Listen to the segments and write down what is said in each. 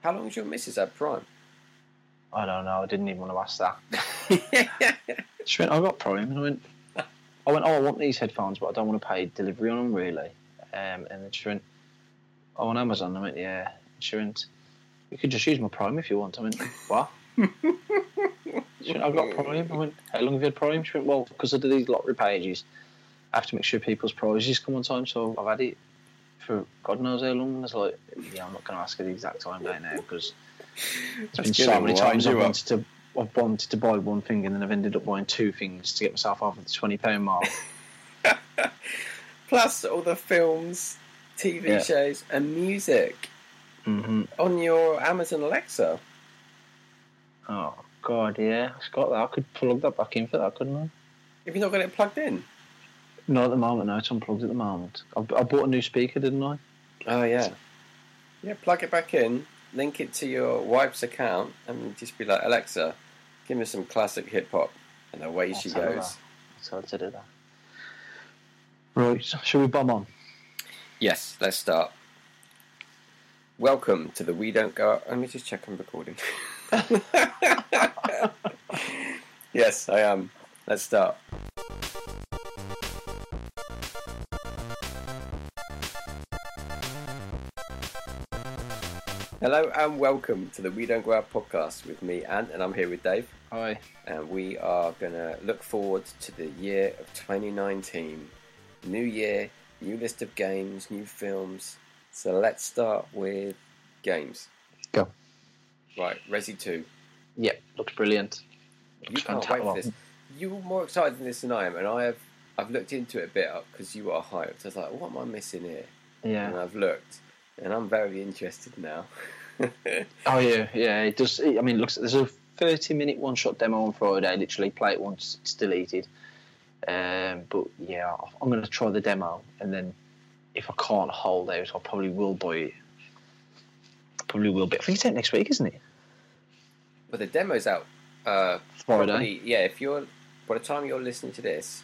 How long's your missus had Prime? I don't know. I didn't even want to ask that. She went, I got Prime, and I went, I went, oh, I want these headphones, but I don't want to pay delivery on them really. Um, and then she went, oh, on Amazon. I went, yeah. She went, you could just use my Prime if you want. I went, what? she went, I've got Prime. I went, how long have you had Prime? She went, well, because I do these lottery pages, I have to make sure people's prizes come on time. So I've had it for God knows how long. I was like, yeah, I'm not going to ask her the exact time right now because it's been so getting many wild, times you I've are. wanted to. I've wanted to buy one thing and then I've ended up buying two things to get myself off of the twenty pound mark. Plus all the films, TV Yeah. shows, and music hmm on your Amazon Alexa. Oh God, yeah, I've got that. I could plug that back in for that, couldn't I? Have you not got it plugged in? Not at the moment. No, it's unplugged at the moment. I, I bought a new speaker, didn't I? Oh yeah. Yeah, plug it back in, link it to your wife's account, and just be like, Alexa, give me some classic hip hop, and away she I'll tell her goes. that. I'll tell her to do that. Right, so shall we bomb on? Yes, let's start. Welcome to the We Don't Go Out. Let me just check I'm recording. yes, I am. Let's start. Hello and welcome to the We Don't Go Out podcast with me, Ant, and I'm here with Dave. Hi. And we are going to look forward to the year of 2019. New year, new list of games, new films. So let's start with games. Go. Right, Resi 2. Yep, looks brilliant. You Looks can't fanta- wait for this. You're more excited than this than I am, and I have. I've looked into it a bit because you are hyped. I was like, what am I missing here? And Yeah. I've looked, and I'm very interested now. Oh yeah, yeah. It does. I mean, it looks. There's a 30 minute one shot demo on Friday. Literally, play it once, it's deleted. Um, but yeah, I'm going to try the demo, and then if I can't hold out, I probably will buy it. Probably will. But I think it's out next week, isn't it? but the demo's out uh, Friday. Probably, yeah, if you're by the time you're listening to this,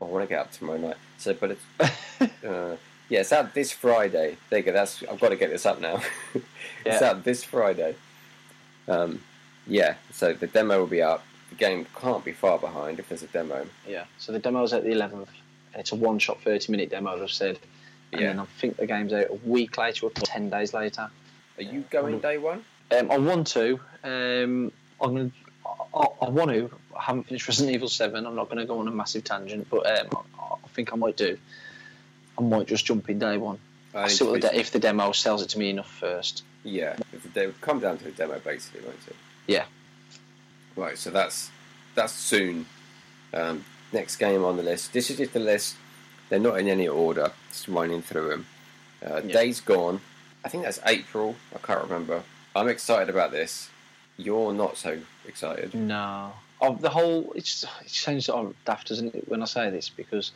I want to get up tomorrow night. So, but it's, uh, yeah, it's out this Friday. There you go. That's I've got to get this up now. it's Yeah. out this Friday. Um, yeah, so the demo will be up. The game can't be far behind if there's a demo. Yeah. So the demo's at the 11th. and It's a one shot 30 minute demo, as I've said. And Yeah. then I think the game's out a week later or 10 days later. Are you going day one? Um, I want to. Um, I'm gonna, I, I want to. I haven't finished Resident Evil 7. I'm not going to go on a massive tangent, but um, I, I think I might do. I might just jump in day one. I see what the de- if the demo sells it to me enough first. Yeah, if the de- come down to the demo basically, won't it? Yeah. Right, so that's that's soon. Um, next game on the list. This is just the list. They're not in any order. Just running through them. Uh, Yeah. Days Gone. I think that's April. I can't remember. I'm excited about this. You're not so excited. No. Oh, the whole. It's, it sounds sort of daft, doesn't it, when I say this, because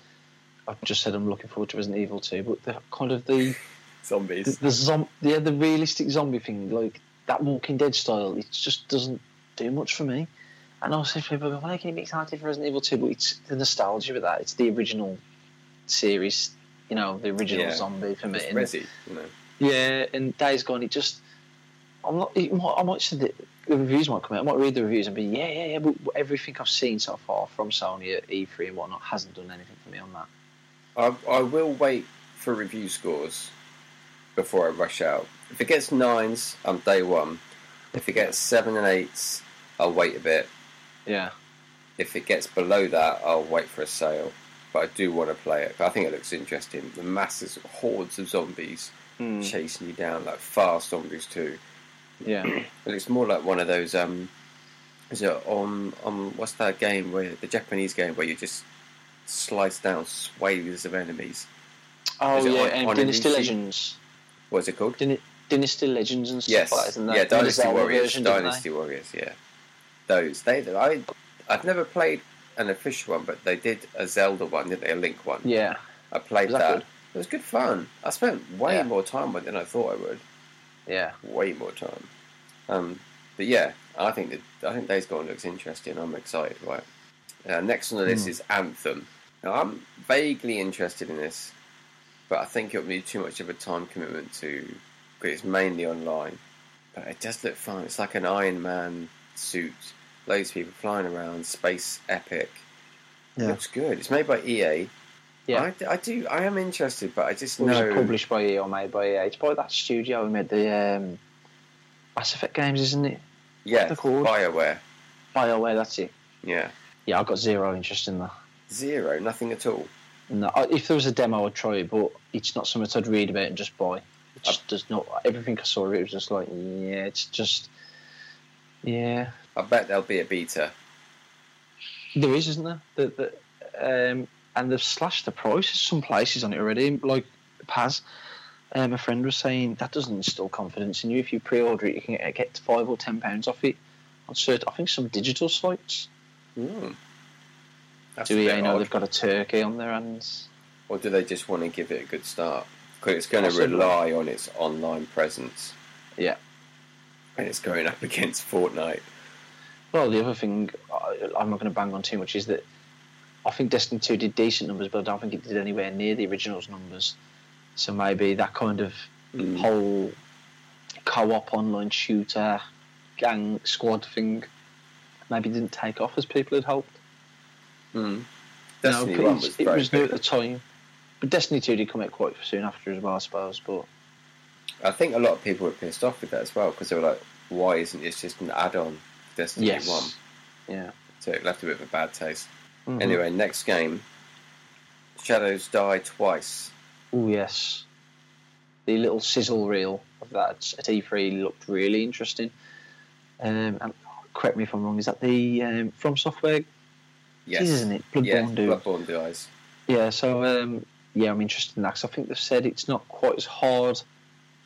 I've just said I'm looking forward to Resident Evil 2, but the kind of the. the, Zombies. the zom- yeah, the realistic zombie thing, like that Walking Dead style, it just doesn't do much for me. And I was saying to people, well, I can be excited for Resident Evil 2, but it's the nostalgia of that. It's the original series, you know, the original Yeah. zombie for me. It's And- Resi, you know. yeah, and Days Gone, it just. I'm not. It might, I might see the, the reviews might come out. I might read the reviews and be, yeah, yeah, yeah. But everything I've seen so far from Sony at E3 and whatnot hasn't done anything for me on that. I, I will wait for review scores before I rush out. If it gets nines, I'm day one. If it gets seven and eights, I'll wait a bit. Yeah, If it gets below that, I'll wait for a sale. But I do want to play it. I think it looks interesting. The masses, hordes of zombies Mm. chasing you down, like fast zombies too. yeah, It looks more like one of those. Um, is it on on what's that game where the Japanese game where you just slice down swathes of enemies? oh Is it yeah, on- and on Dynasty NBC? Legends. What's it called? Dyn- Dynasty Legends and stuff Yes, like that, isn't that? yeah, They did a Dynasty Zelda Warriors, version, didn't they? Dynasty Warriors, yeah. Those they, I, I've never played an official one, but they did a Zelda one, didn't they? A Link one. Yeah, I played Was that. that good? It was good fun. I spent way Yeah. more time with it than I thought I would. yeah, Way more time. Um, but yeah, I think that I think Days Gone looks interesting. I'm excited. Right. Uh, next on the Hmm. list is Anthem. Now I'm vaguely interested in this, but I think it would be too much of a time commitment to but it's mainly online. But it does look fun. It's like an Iron Man suit. Loads of people flying around, space epic. Yeah. Looks good. It's made by EA. Yeah. I, I do. I am interested, but I just It was know. published by EA or made by EA. It's by that studio who made the um, Mass Effect games, isn't it? yeah, they're called. Bioware. BioWare, that's it. Yeah, Yeah, I've got zero interest in that. zero, nothing at all. No, I- if there was a demo, I'd try it, but it's not something I'd read about and just buy. It just does not. Everything I saw, of it was just like, yeah, it's just, yeah. I bet there'll be a beta. There is, isn't there? The, the, um, and they've slashed the prices some places on it already. Like Paz, um, a friend was saying that doesn't instill confidence in you. If you pre-order it, you can get- get five or ten pounds off it on certain, I think some digital sites. Hmm. That's Do a EA bit know odd. they've got a turkey on their hands? Or do they just want to give it a good start? Because it's going to Possibly. rely on its online presence. Yeah. And it's going up against Fortnite. Well, the other thing I, I'm not going to bang on too much is that I think Destiny 2 did decent numbers, but I don't think it did anywhere near the original's numbers. So maybe that kind of Hmm. Mm. whole co-op online shooter gang squad thing maybe didn't take off as people had hoped. Mm. Destiny Hmm. No, 1 it was it very was new big. at the time, but Destiny 2 did come out quite soon after as well, I suppose. But I think a lot of people were pissed off with that as well because they were like, why isn't it just an add on to Destiny yes, 1? yeah. So it left a bit of a bad taste. Mhm. Mm-hmm. Anyway, next game Shadows Die Twice. Oh yes, the little sizzle reel of that at E3 looked really interesting. Um, and correct me if I'm wrong. Is that the um, From Software, Yes. isn't it? Bloodborne Yeah, do. Bloodborne Dies. Yeah. So um, yeah, I'm interested in that. 'cause I think they've said it's not quite as hard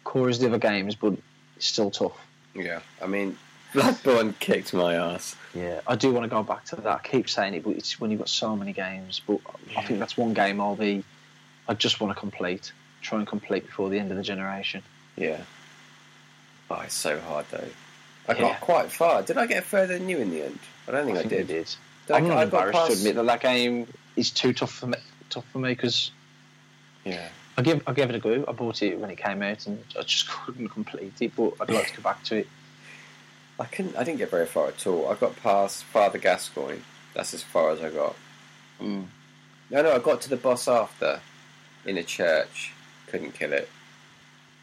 core as the other games, but it's still tough. Yeah. I mean, Bloodborne kicked my ass. Yeah, I do want to go back to that. I keep saying it, but it's when you've got so many games. But I think that's one game I'll be. I just want to complete, try and complete before the end of the generation. Yeah. Oh, it's so hard though. I Yeah. got quite far. Did I get further than you in the end? I don't think I, think did. you did. Did I'm I, not I got embarrassed past. to admit that that game is too tough for me. Tough for me because Yeah. I give I gave it a go. I bought it when it came out, and I just couldn't complete it. But I'd like to go back to it. I couldn't. I didn't get very far at all. I got past Father Gascoigne. That's as far as I got. Mm. No, no, I got to the boss after, in a church. Couldn't kill it.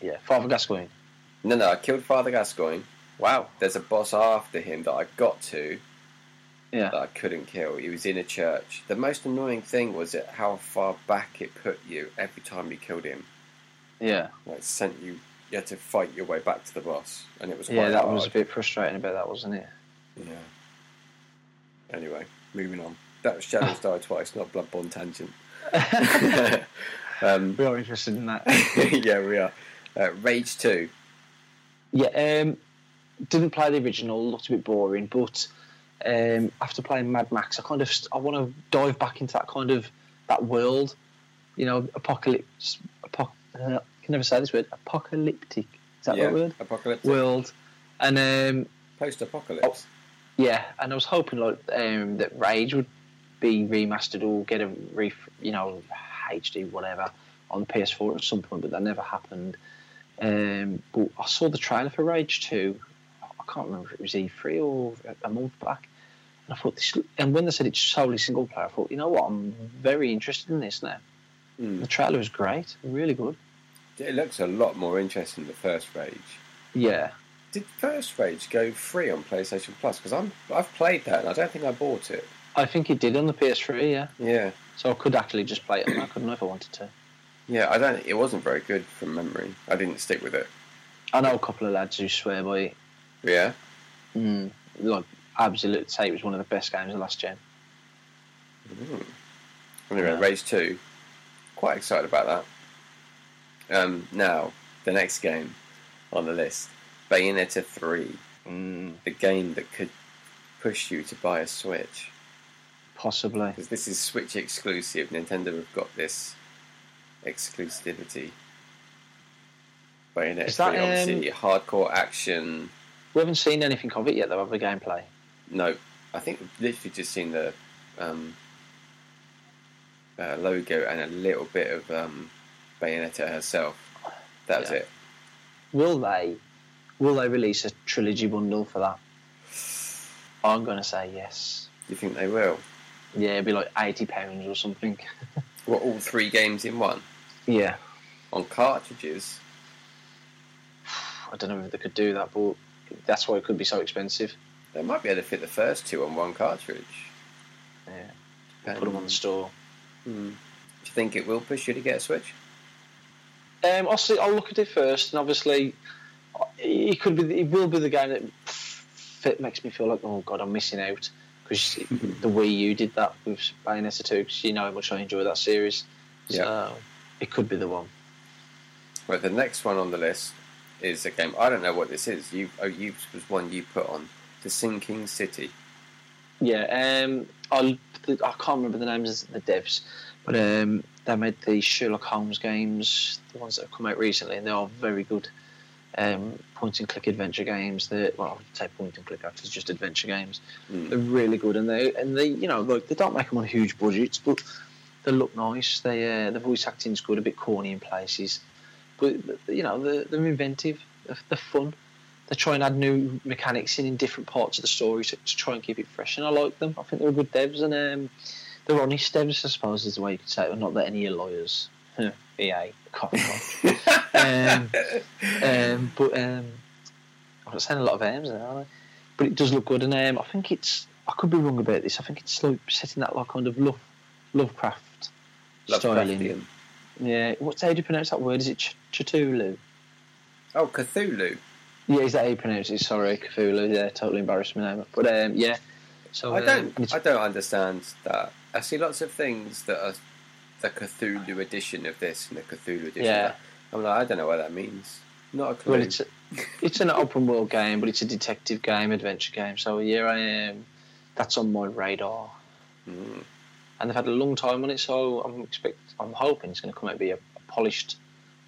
Yeah, Father Gascoigne. No, no, I killed Father Gascoigne. Wow. There's a boss after him that I got to Yeah. that I couldn't kill. He was in a church. The most annoying thing was it how far back it put you every time you killed him. Yeah. like sent you you had to fight your way back to the boss and it was quite Yeah, that hard. was a bit frustrating about that, wasn't it? yeah anyway moving on that was shadows die twice not bloodborne tangent um, we are interested in that. yeah we are uh, rage 2 Yeah, um, didn't play the original. Looked a bit boring, but um, after playing Mad Max, I kind of st- I want to dive back into that kind of that world. You know, apocalypse. Apo- uh, I can never say this word. Apocalyptic. Is that yeah the word? apocalyptic World. And um, post-apocalypse Oh. yeah, and I was hoping like um, that Rage would be remastered or get a re- you know HD whatever on PS4 at some point, but that never happened. Um, but I saw the trailer for Rage Two. I can't remember if it was E3 or a- a month back, and I thought this. And when they said it's solely single player, I thought you know what, I'm very interested in this now. Mm. The trailer was great, really good. it looks a lot more interesting than the first rage Yeah, did first rage go free on playstation plus because i'm i've played that and i don't think i bought it I think it did on the PS3. Yeah, yeah so I could actually just play it. on that, couldn't I if I wanted to. yeah i don't it wasn't very good from memory i didn't stick with it I know a couple of lads who swear by it. yeah Mm, like, absolute say it was one of the best games of last gen. Mm-hmm. Anyway, Yeah. Rage 2. Quite excited about that. Um, now, the next game on the list Bayonetta 3, Mm, the game that could push you to buy a Switch. possibly. Because this is Switch exclusive. Nintendo have got this exclusivity. Bayonetta Is that, um, 3, obviously, hardcore action. We haven't seen anything of it yet, though, of the gameplay. No, I think we've literally just seen the um, uh, logo and a little bit of um, Bayonetta herself. That was Yeah. it. will they will they release a trilogy bundle for that? I'm gonna say yes. Do you think they will? Yeah, it'd be like eighty pounds or something. What, all three games in one? Yeah, On cartridges? I don't know if they could do that, but that's why it could be so expensive. They might be able to fit the first two on one cartridge. Yeah, Mm. put them on the store. Hmm. Do you think it will push you to get a Switch? Um, I'll see. I'll look at it first, and obviously, uh, it could be. It will be the game that f- f- makes me feel like, oh god, I'm missing out because the Wii U did that with Bayonetta 2. Because you know how much I enjoy that series. Yeah. So it could be the one. Right, the next one on the list is a game. I don't know what this is. You, oh, you was one you put on the Sinking City. Yeah. Um, I I can't remember the names of the devs, but um, they made the Sherlock Holmes games, the ones that have come out recently, and they are very good. Um, point and click adventure games. That well, I would say point and click actually, it's just adventure games. Hmm. They're really good, and they and they you know look they don't make them on huge budgets, but they look nice. They uh, the voice acting's good, a bit corny in places, but you know they're, they're inventive, they're, they're fun. They try and add new mechanics in in different parts of the story to, to try and keep it fresh, and I like them. I think they're good devs, and um, they're honest devs, I suppose is the way you could say it. Not that any are lawyers. Huh, EA, cock um, um, but um, I'm not saying a lot of M's there, are I? But it does look good, and um, I think it's. I could be wrong about this. I think it's like setting that like kind of love, Lovecraft, style in. Lovecraftian. Yeah, what's how do you pronounce that word? Is it Ch- Cthulhu? Oh, Cthulhu. Yeah, is that how you pronounce it? Sorry, Cthulhu. Yeah, totally embarrassed me now. But um, yeah, so I um, don't. and it's- I don't understand that. I see lots of things that are the Cthulhu edition of this and the Cthulhu edition. Yeah. Of that. I'm like, I don't know what that means. Not a clue. Well, it's a, it's an open world game, but it's a detective game, adventure game. So yeah, I am. That's on my radar, Mm. and they've had a long time on it. So I'm expect. I'm hoping it's going to come out and be a, a polished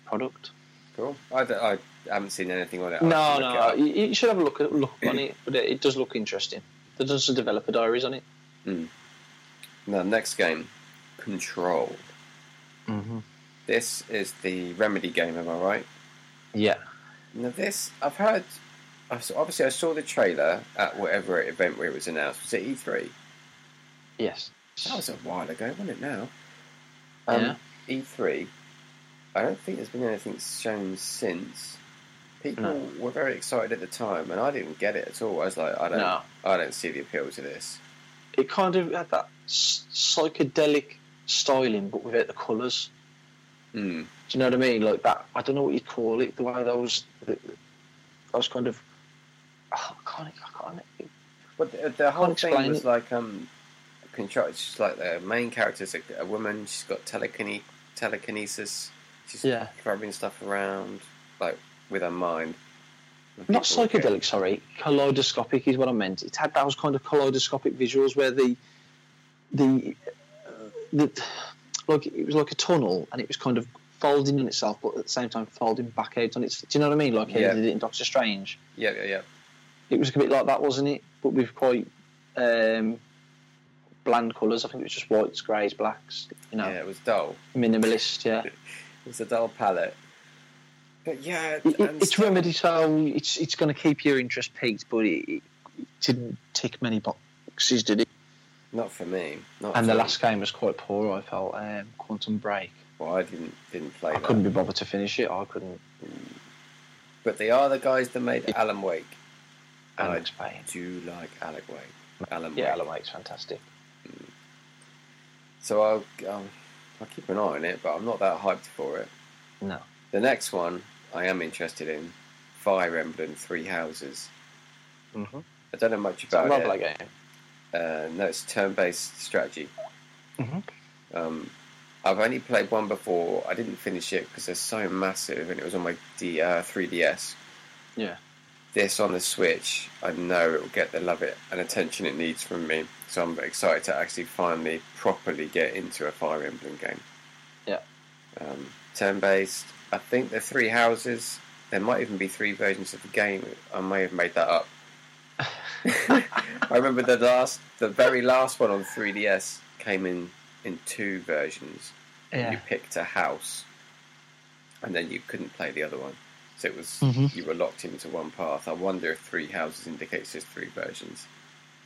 product. Cool. I, don't- I haven't seen anything on it. I'll No, have to look it no, up. you, you should have a look at, look on it, but it, it does look interesting. There's also developer diaries on it. Now, next game, Control. Mm-hmm. This is the Remedy game, am I right? Yeah, Now, this I've heard. I saw- Obviously, I saw the trailer at whatever event where it was announced. Was it E3? yes. That was a while ago, wasn't it? Now, um, Yeah. E3. I don't think there's been anything shown since. People No. were very excited at the time, and I didn't get it at all. I was like, I don't, No, I don't see the appeal to this. it kind of had that s- psychedelic styling, but without the colours. Mm. Do you know what I mean? Like that. I don't know what you'd call it. The way those, those kind of. Oh, I can't. I can't. But the, the whole Can't thing explain was it. like um, control. It's just like the main character's a, a woman. She's got telekine- telekinesis. She's Yeah. grabbing stuff around, like with her mind. And Not people were getting- psychedelic. Sorry, kaleidoscopic is what I meant. It had those kind of kaleidoscopic visuals where the, the, uh, the, like it was like a tunnel and it was kind of folding in itself, but at the same time folding back out on its. Do you know what I mean? Like how Yeah. they did it in Doctor Strange. Yeah, yeah, yeah. It was a bit like that, wasn't it? But with quite um, bland colours. I think it was just whites, greys, blacks. You know, Yeah, it was dull. minimalist. Yeah. It was a dull palette. But yeah, It- it- and it's remedy, so it's it's going to keep your interest peaked, but it, it didn't tick many boxes, did it? not for me. Not And the for me. last game was quite poor. I felt um, Quantum Break. Well, I didn't didn't play I that. couldn't be bothered to finish it. I couldn't. But they are the guys that made Alan Wake. And I Alex Payne. do like Alan Wake. Alan Yeah, Wake. Alan Wake's fantastic. So I'll um, I'll keep an eye on it, but I'm not that hyped for it. No. The next one I am interested in, Fire Emblem Three Houses. Mm-hmm. I don't know much It's a about lovely it. game. Uh, no, it's turn-based strategy. Mhm. Um, I've only played one before. I didn't finish it because they're so massive, and it was on my D, uh, 3DS. Yeah. This on the Switch, I know it will get the love it and attention it needs from me. So I'm excited to actually finally properly get into a Fire Emblem game. Yeah. Um, turn-based. I think the three houses. There might even be three versions of the game. I may have made that up. I remember the last, the very last one on 3DS came in in two versions. You Yeah. picked a house, and then you couldn't play the other one. So it was Mhm. you were locked into one path. I wonder if three houses indicates there's three versions.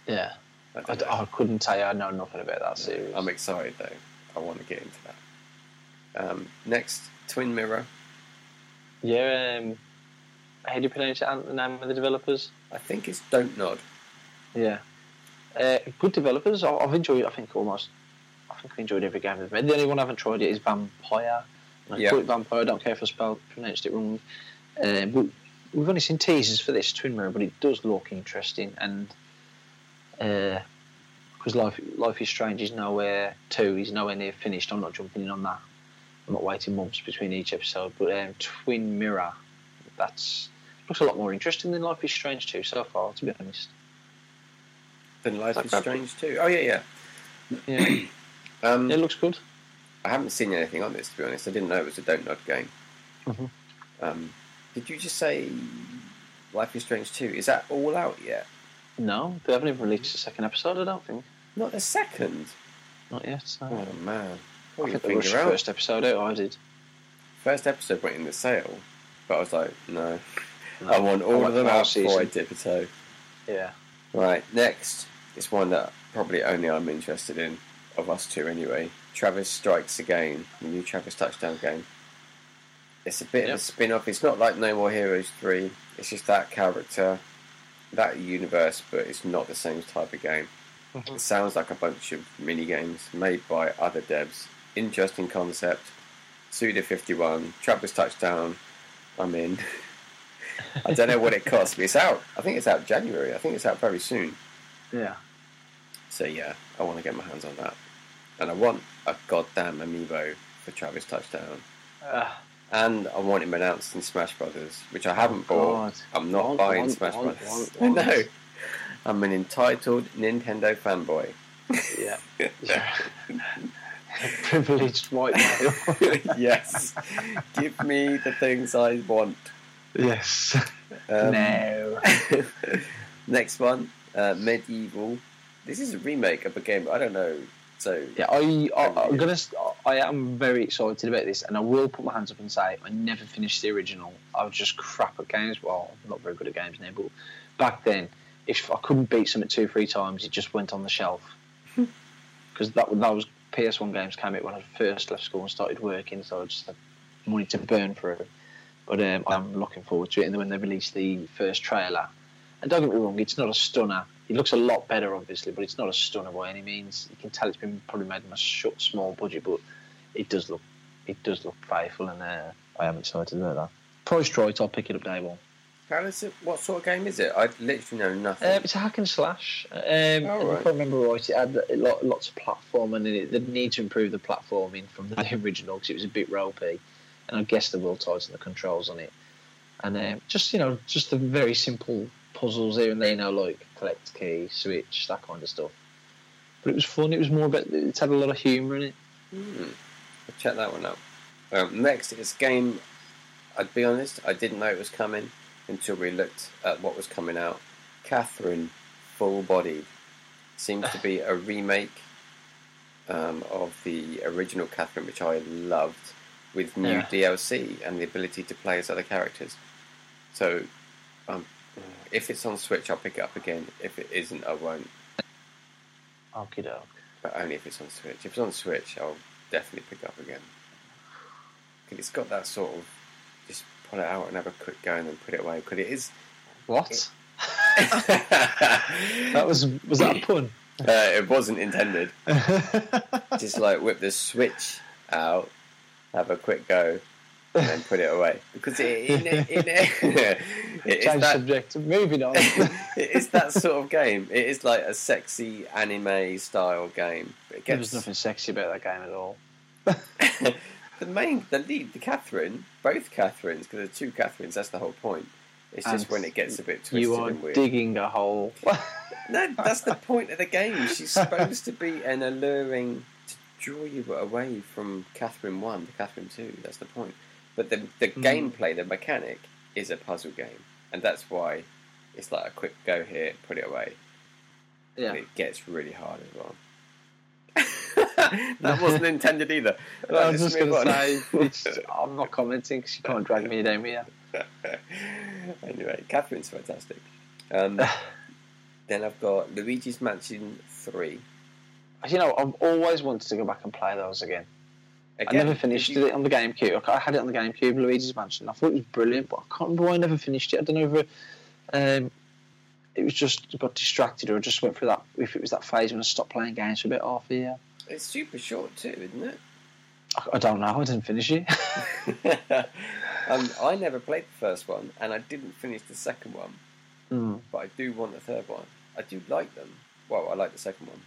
Yeah, I I, don't d- know. I couldn't tell you. I know nothing about that series. I'm excited though. I want to get into that. Um, next, Twin Mirror. yeah, um, how do you pronounce it? Ant- The name of the developers? I think it's Don't Nod. Yeah, uh, good developers. I- I've enjoyed. I think almost. I think I enjoyed every game they've made. The only one I haven't tried yet is Vampire. And I Yeah. call it Vampire. I don't care if I spelled pronounced it wrong. Uh, we, we've only seen teasers for this Twin Mirror, but it does look interesting. And because Life Life is Strange is nowhere two, is nowhere near finished. I'm not jumping in on that. I'm not waiting months between each episode. But um, Twin Mirror, that's looks a lot more interesting than Life is Strange two so far. To be honest. Then Life Like is that. Strange too. Oh yeah, Yeah. yeah. Um, It looks good. I haven't seen anything on this to be honest. I didn't know it was a Don't Nod game. Mhm. Um, did you just say Life is Strange two? Is that all out yet? No, they haven't even released the second episode. I don't think. Not the second. Not yet. So. Oh man, I Pull your think they rushed finger the out. first episode out. I did. First episode went in the sale, but I was like, no, No. I want all I of want them the whole out before I season. dip a toe. Yeah. Right, next is one that probably only I'm interested in, of us two anyway. Travis Strikes Again, the new Travis Touchdown game. It's a bit of Yep. a spin off. It's not like No More Heroes 3, it's just that character, that universe, but it's not the same type of game. It sounds like a bunch of mini games made by other devs. Interesting concept. Suda51, Travis Touchdown, I'm in. I don't know what it costs, but it's out. I think it's out January. I think it's out very soon. Yeah. So yeah, I want to get my hands on that, and I want a goddamn amiibo for Travis Touchdown, Uh, and I want him announced in Smash Brothers, which I haven't bought. God. I'm not Want, buying want, Smash want, Brothers. want, want. no, I'm an entitled Nintendo fanboy. yeah. yeah. Privileged white male. yes, give me the things I want. yes. Um, no. next one, uh, Medieval. This is a remake of a game. I don't know. So Yeah, I, I, I'm gonna. s- I am very excited about this, and I will put my hands up and say I never finished the original. I was just crap at games. Well, I'm not very good at games now, but back then, if I couldn't beat something two, three times, it just went on the shelf. Because that wa- that was PS1 games came out when I first left school and started working, so I just had money to burn through. But um, I'm looking forward to it. And then when they released the first trailer, and don't get me wrong, it's not a stunner. It looks a lot better, obviously, but it's not a stunner by any means. You can tell it's been probably made on a short, small budget, but it does look it does look faithful, and uh, I am excited about that. Price right, I'll pick it up day one. How is it? What sort of game is it? I literally know nothing. Um, it's a hack and slash. Um, right. If I remember right, it had a lot, lots of platform, and it, they need to improve the platforming from the original because it was a bit ropey. And I guess they will tighten the controls on it. And um, just you know, just the very simple puzzles here and there, you know, like collect key, switch, that kind of stuff. But it was fun. It was more about it's had a lot of humour in it. Hmm. I'll check that one out. Um, next is a game. I'd be honest, I didn't know it was coming until we looked at what was coming out. Catherine, Full Body, seems to be a remake um, of the original Catherine, which I loved, with new Yeah. DLC and the ability to play as other characters. So, um, if it's on Switch, I'll pick it up again. If it isn't, I won't. Okie doke. but only if it's on Switch. If it's on Switch, I'll definitely pick it up again. 'Cause it's got that sort of just pull it out and have a quick go and then put it away. Because it is. What? that That was was that a pun? Uh, it wasn't intended. Just like whip the Switch out, have a quick go, and then put it away. Because it, in it, in it, it is Change that subject. Moving on. it is that sort of game. It is like a sexy anime style game. But it There gets was nothing sexy about that game at all. the main, the lead, the Catherine, both Catherines, because there's two Catherines. That's the whole point. It's just And when it gets a bit twisted You are and weird. digging a hole. no, that's the point of the game. She's supposed to be an alluring to draw you away from Catherine one to Catherine two. That's the point. But the the Hmm. gameplay, the mechanic, is a puzzle game, and that's why it's like a quick go here, put it away. yeah. And it gets really hard as well. that wasn't intended either. Right, I was let's just move going to on. say, it's, I'm not commenting because you can't drag me down here. anyway, Catherine's fantastic. Um, then I've got Luigi's Mansion 3. You know, I've always wanted to go back and play those again. Again, I never finished did you- it on the GameCube. I ca- I had it on the GameCube, Luigi's Mansion. I thought it was brilliant, but I can't remember why I never finished it. I don't know if uh, um, it was just got distracted or just went through that. If it was that phase when I stopped playing games for a bit half a year, It's super short too, isn't it? I, I don't know. I didn't finish it. um, I never played the first one, and I didn't finish the second one, Mm. but I do want the third one. I do like them. Well, I like the second one.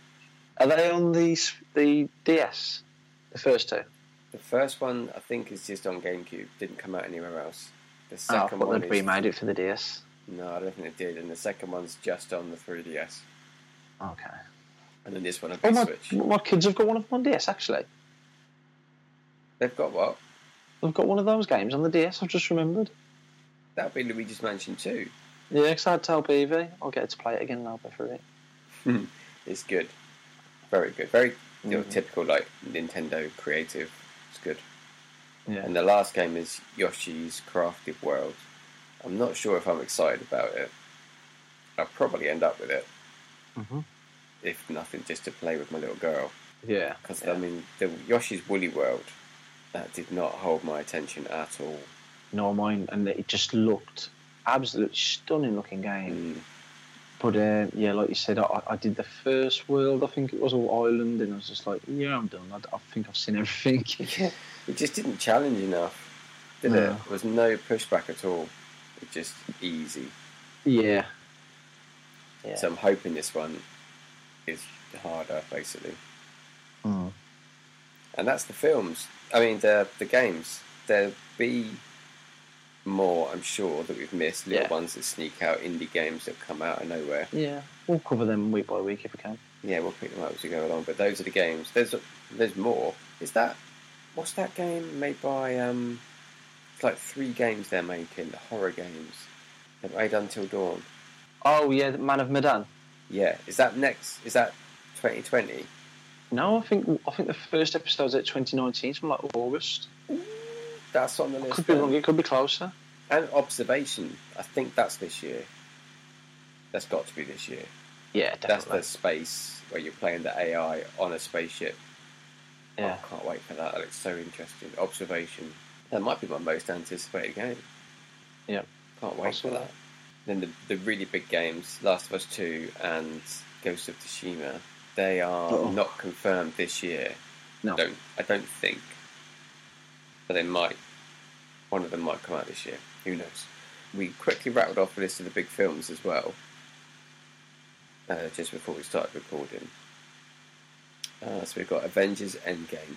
Are they on the s- the DS? The first two. Oh, The first one, I think, is just on GameCube. Didn't come out anywhere else. The Oh, I second thought one they'd is remade it for the DS. no, I don't think it did. And the second one's just on the 3DS, Okay. and then this one on Oh, the my, Switch. my kids have got one of them on DS actually. They've got what? They've got one of those games on the DS. I've just remembered. That'd be Luigi's Mansion 2. Yeah, because I had to help Evie. I'll get her to play it again now before it. It's good, very good, very you know, Mhm. typical like Nintendo creative. It's good. Yeah. And the last game is Yoshi's Crafted World. I'm not sure if I'm excited about it. I'll probably end up with it, Mm-hmm. if nothing, just to play with my little girl. Yeah. Because Yeah. I mean, the Yoshi's Woolly World that did not hold my attention at all. nor mine, and it just looked absolutely stunning looking game. Mm. But uh, yeah, like you said, I, I did the first world, I think it was all Ireland, and I was just like, yeah, I'm done. I, I think I've seen everything. Yeah, it just didn't challenge enough, did No. it? There was no pushback at all. It just easy. yeah. Yeah. So I'm hoping this one is harder, basically. Mm. And that's the films. I mean, the the games. There'll be more, I'm sure, that we've missed. Little Yeah. ones that sneak out, indie games that come out of nowhere. yeah. We'll cover them week by week if we can. Yeah, we'll pick them up as we go along. But those are the games. There's there's more. Is that what's that game made by? Um, it's like three games they're making, the horror games. They made Until Dawn. Oh, yeah, the Man of Medan. Yeah, is that next? Is that 2020? No, I think I think the first episode's at 2019, something like August. That's on the list. Could be then. wrong, it could be closer. And observation. I think that's this year. That's got to be this year. Yeah, definitely. That's the space where you're playing the AI on a spaceship. yeah. I can't wait for that. That looks so interesting. Observation. That might be my most anticipated game. Yeah. Can't wait Possibly. for that. Then the, the really big games, Last of Us 2 and Ghost of Tsushima, they are Oh. not confirmed this year. No. I don't, I don't think. But they might. One of them might come out this year. Who knows? We quickly rattled off a list of the big films as well, uh, just before we started recording. Uh, so we've got Avengers Endgame.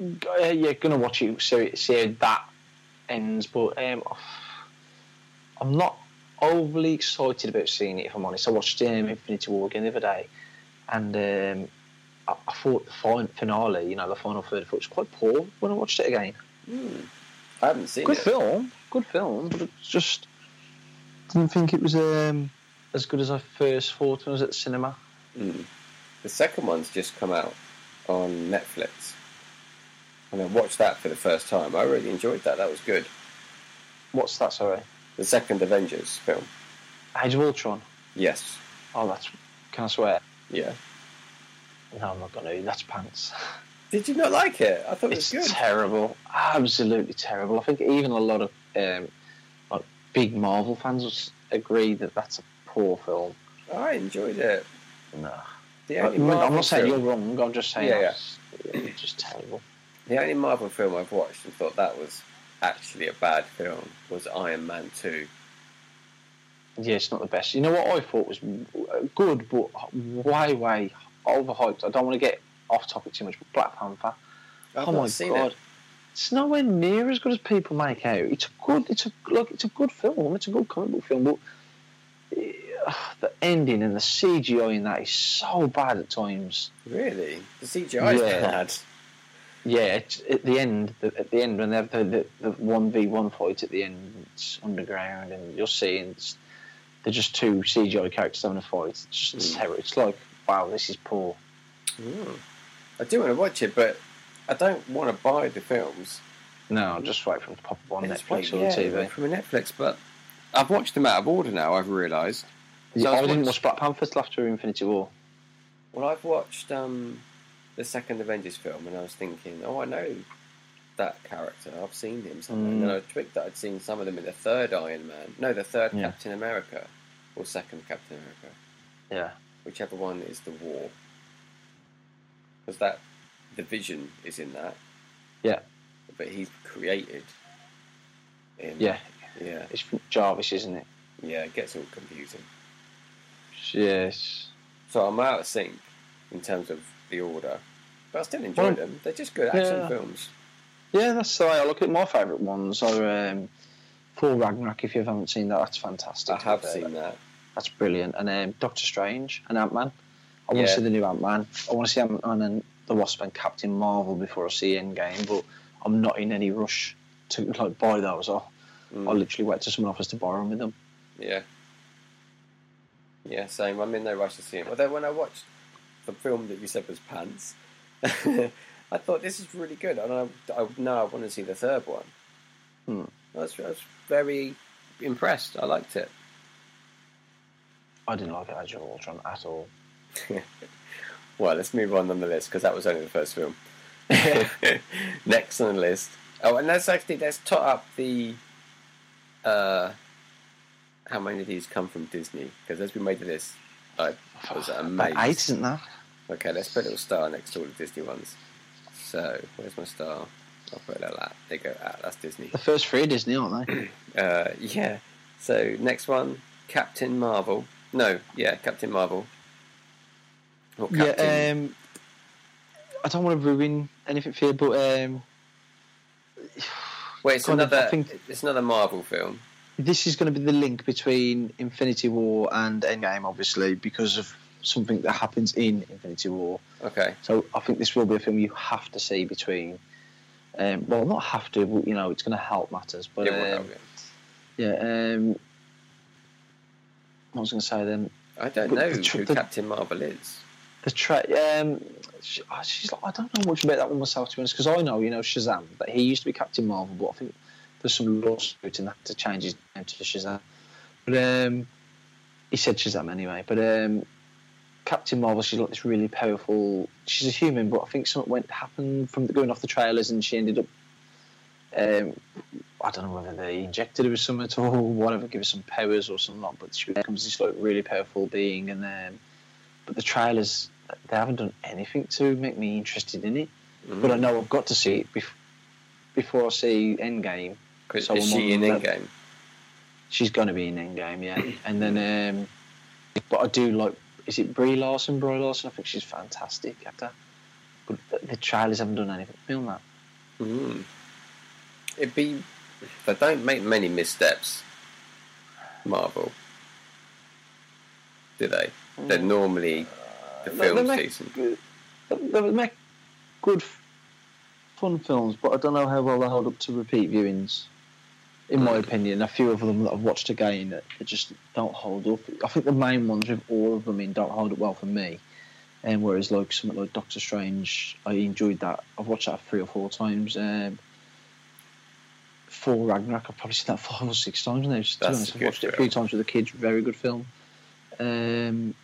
Uh, yeah, gonna watch it. So see how that ends, but um, I'm not overly excited about seeing it. If I'm honest, I watched um, Infinity War again the other day, and um, I, I thought the fin- finale, you know, the final third, I thought it was quite poor when I watched it again. Hmm. I haven't seen Good it. film, good film, but it's just didn't think it was um, as good as I first thought when I was at the cinema. Mm. The second one's just come out on Netflix. And I watched that for the first time. I really enjoyed that. That was good. What's that? Sorry, The second Avengers film. Age of Ultron. Yes. Oh, that's can I swear? Yeah. No, I'm not gonna. That's pants. Did you not like it? I thought it was It's good. terrible, absolutely terrible. I think even a lot of um, like big Marvel fans was- agree that that's a poor film. I enjoyed it. No, The I only mean, I'm Marvel not saying film, you're wrong. I'm just saying Yeah, that's- it's just terrible. the only Marvel film I've watched and thought that was actually a bad film was Iron Man Two. Yeah, it's not the best. You know what I thought was good, but way, way overhyped. I don't want to get off topic too much, but Black Panther. I've oh not my seen god. it. It's nowhere near as good as people make out. It's a good, it's a look, it's a good film. It's a good comic book film, but eh, ah, the ending and the CGI in that is so bad at times. Really? The CGI is Yeah. bad. Yeah, it's, at the end, the, at the end when they have the the one v one fight at the end, it's underground, and you're seeing it's, they're just two CGI characters having a fight. It's just Mm. terrible. It's like wow, this is poor. Hmm. Mm. I do want to watch it, but I don't want to buy the films No, just wait for them to pop up on It's Netflix like, or yeah, the TV. From a Netflix, but I've watched them out of order now, I've realised. Yeah, So I didn't it's- watch Black Panther till after Infinity War. Well, I've watched um, the second Avengers film and I was thinking, oh, I know that character. I've seen him somewhere. And then I twigged that I'd seen some of them in the third Iron Man. No, the third Yeah. Captain America. Or second Captain America. Yeah. Whichever one is the war. Because that, the vision is in that. Yeah. But he's created. In, Yeah. Yeah. It's from Jarvis, isn't it? Yeah, it gets all confusing. Yes. So I'm out of sync in terms of the order. But I still enjoy Well, them. They're just good action yeah. films. Yeah, that's the way I look at it. My favourite ones are um, Thor Ragnarok. If you haven't seen that, that's fantastic. I have Uh, seen that. That's brilliant. And um, Doctor Strange and Ant Man. I want Yeah. to see the new Ant Man. I want to see Ant Man and the Wasp and Captain Marvel before I see Endgame. But I'm not in any rush to like buy those. I I Mm, literally wait till someone offers to borrow them with them. yeah. Yeah, same. I'm in no rush to see it. Although when I watched the film that you said was Pants, I thought this is really good. And I, I now I want to see the third one. Hmm. I, was, I was very impressed. I liked it. I didn't like Age of Ultron at all. Well, let's move on on the list because that was only the first film. Next on the list. Oh, and let's actually let's tot up the. Uh, how many of these come from Disney? Because as we made the list, I was About amazed. eight, isn't that? Okay, let's put a little star next to all the Disney ones. So where's my star? I'll put it like that. There you go. Ah, that's Disney. The first three are Disney, aren't they? Uh, yeah. So next one, Captain Marvel. No, yeah, Captain Marvel. Or Captain. Yeah, um, I don't want to ruin anything for you, but um, Wait, it's kind of, another. I think- It's another Marvel film. this is going to be the link between Infinity War and Endgame, obviously, because of something that happens in Infinity War. Okay. So I think this will be a film you have to see between. Um, well, not have to, but you know, it's going to help matters. But it will um, help you. yeah, um, what was I going to say then? I don't but know the tr- who the- Captain Marvel is. the track. Um, she, oh, she's like, I don't know much about that one myself, to be honest, because I know, you know, Shazam, that he used to be Captain Marvel, but I think there's some lawsuit and that to change his name to Shazam. But um, he said Shazam anyway. But um, Captain Marvel, she's like this really powerful. She's a human, but I think something went happened from going off the trailers, and she ended up. Um, I don't know whether they injected her with something at all, whatever, give her some powers or something. But she becomes this like really powerful being, and then but the trailers they haven't done anything to make me interested in it. Mm. But I know I've got to see it bef- before I see Endgame. Is- so is I'm she in on that- Endgame? She's going to be in Endgame, yeah. And then, um, but I do like. Is it Brie Larson? Brie Larson? I think she's fantastic actor. But the- the trailers haven't done anything. Film that. Mm. It'd be. They don't make many missteps. Marvel. Do they? They're normally the They- they film's Mm. make- decent. They they make good, f- fun films, but I don't know how well they hold up to repeat viewings. In my Mm. opinion, a few of them that I've watched again that that just don't hold up. I think the main ones with all of them in don't hold up well for me. And whereas like something like Doctor Strange, I enjoyed that. I've watched that three or four times. Um, for Ragnarok, I've probably seen that five or six times now. To be That's honest, a I've good watched it a film. few times with the kids. Very good film. Um,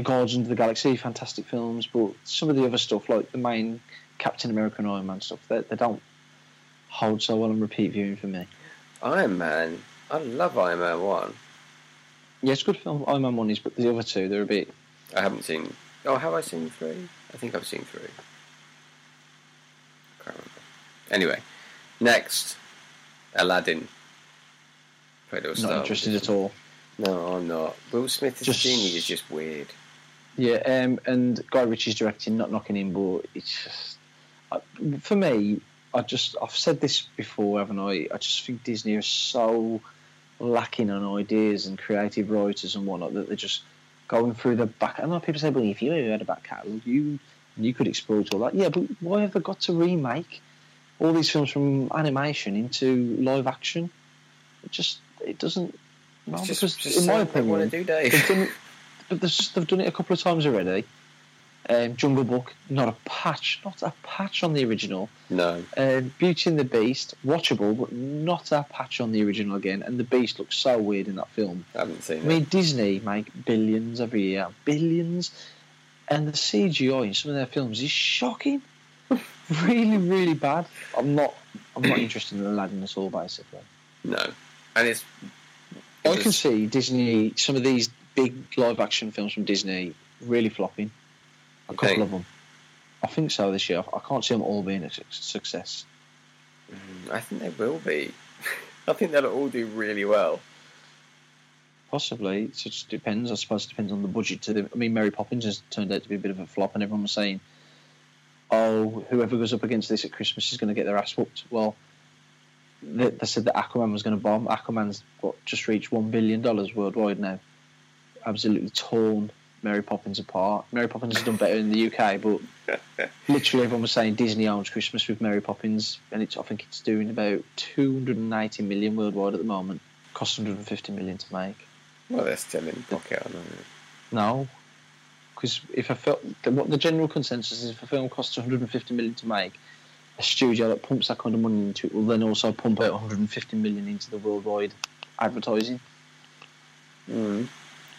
Guardians of the Galaxy, fantastic films, but some of the other stuff, like the main Captain America and Iron Man stuff, they, they don't hold so well on repeat viewing for me. Iron Man. I love Iron Man 1. Yeah, it's a good film. Iron Man one is, but the other two, they're a bit. I haven't seen. Oh, have I seen three? I think I've seen three. Can't remember. Anyway, next, Aladdin. Put a little not star. interested at all. No, I'm not. Will Smith as Just- a genie is just weird. Yeah, um, and Guy Ritchie's directing, not knocking him, but it's just I, for me. I just I've said this before, haven't I? I just think Disney are so lacking on ideas and creative writers and whatnot that they're just going through the back. I know people say, "Well, if you had a back catalogue, you you could exploit all that." Yeah, but why have they got to remake all these films from animation into live action? It just it doesn't. No, It's just, because just in my something I opinion, want to do, Dave. they've done, they've, just- they've done it a couple of times already, Um, Jungle Book, not a patch, not a patch on the original. No. Um, Beauty and the Beast, watchable, but not a patch on the original again. And the Beast looks so weird in that film. I haven't seen I it. mean, Disney make billions every year, billions, and the CGI in some of their films is shocking. really, really bad. I'm not, I'm not interested in Aladdin at all. Basically, No. And it's. I can see Disney some of these big live action films from Disney really flopping. A You couple think? of them. I think so this year. I can't see them all being a su- success. mm, I think they will be. I think they'll all do really well. Possibly. It just depends. I suppose it depends on the budget. To the, I mean, Mary Poppins has turned out to be a bit of a flop, and everyone was saying, "Oh, whoever goes up against this at Christmas is going to get their ass whooped." Well, they, they said that Aquaman was going to bomb. Aquaman's what just reached one billion dollars worldwide now. Absolutely torn Mary Poppins apart. Mary Poppins has done better in the UK, but literally everyone was saying Disney owns Christmas with Mary Poppins, and it's I think it's doing about two hundred and ninety million worldwide at the moment. Cost hundred and fifty million to make. Well, they're still in pocket, aren't they? No, because if a film, the, what the general consensus is, if a film costs 150 million to make, a studio that pumps that kind of money into it will then also pump out 150 million into the worldwide advertising. Mm. So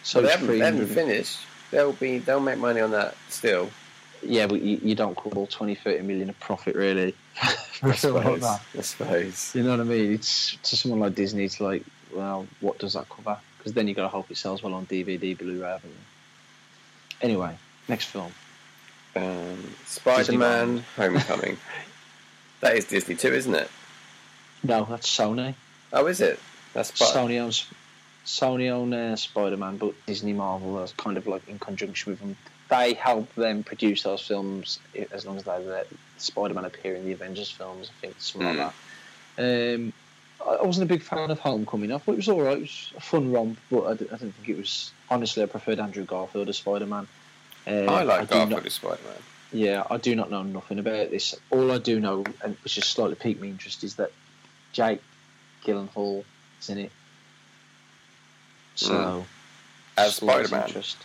So they it's haven't, they haven't 300 finished. They'll be. They'll make money on that still. Yeah, but you, you don't call 20, 30 million a profit really. For a I film like suppose. that. I suppose. You know what I mean? It's to someone like Disney, it's like, well, what does that cover? Because then you got to hope it sells well on DVD, Blu-ray, haven't you? Anyway, next film. Um, Spider-Man: Homecoming. that is Disney too, isn't it? No, that's Sony. Oh, is it? That's part. Sony owns Sony own uh, Spider Man, but Disney Marvel is kind of like in conjunction with them. They help them produce those films i- as long as they let Spider Man appear in the Avengers films. I think something like Hmm. that. Um, I I wasn't a big fan of Homecoming. I thought it was all right. It was a fun romp, but I, d- I didn't think it was. Honestly, I preferred Andrew Garfield as Spider Man. I like Garfield Not, as Spider-Man. yeah, I do not know nothing about this. All I do know, and which has slightly piqued my interest, is that Jake Gyllenhaal is in it. So Mm. As slight Spider-Man? interest.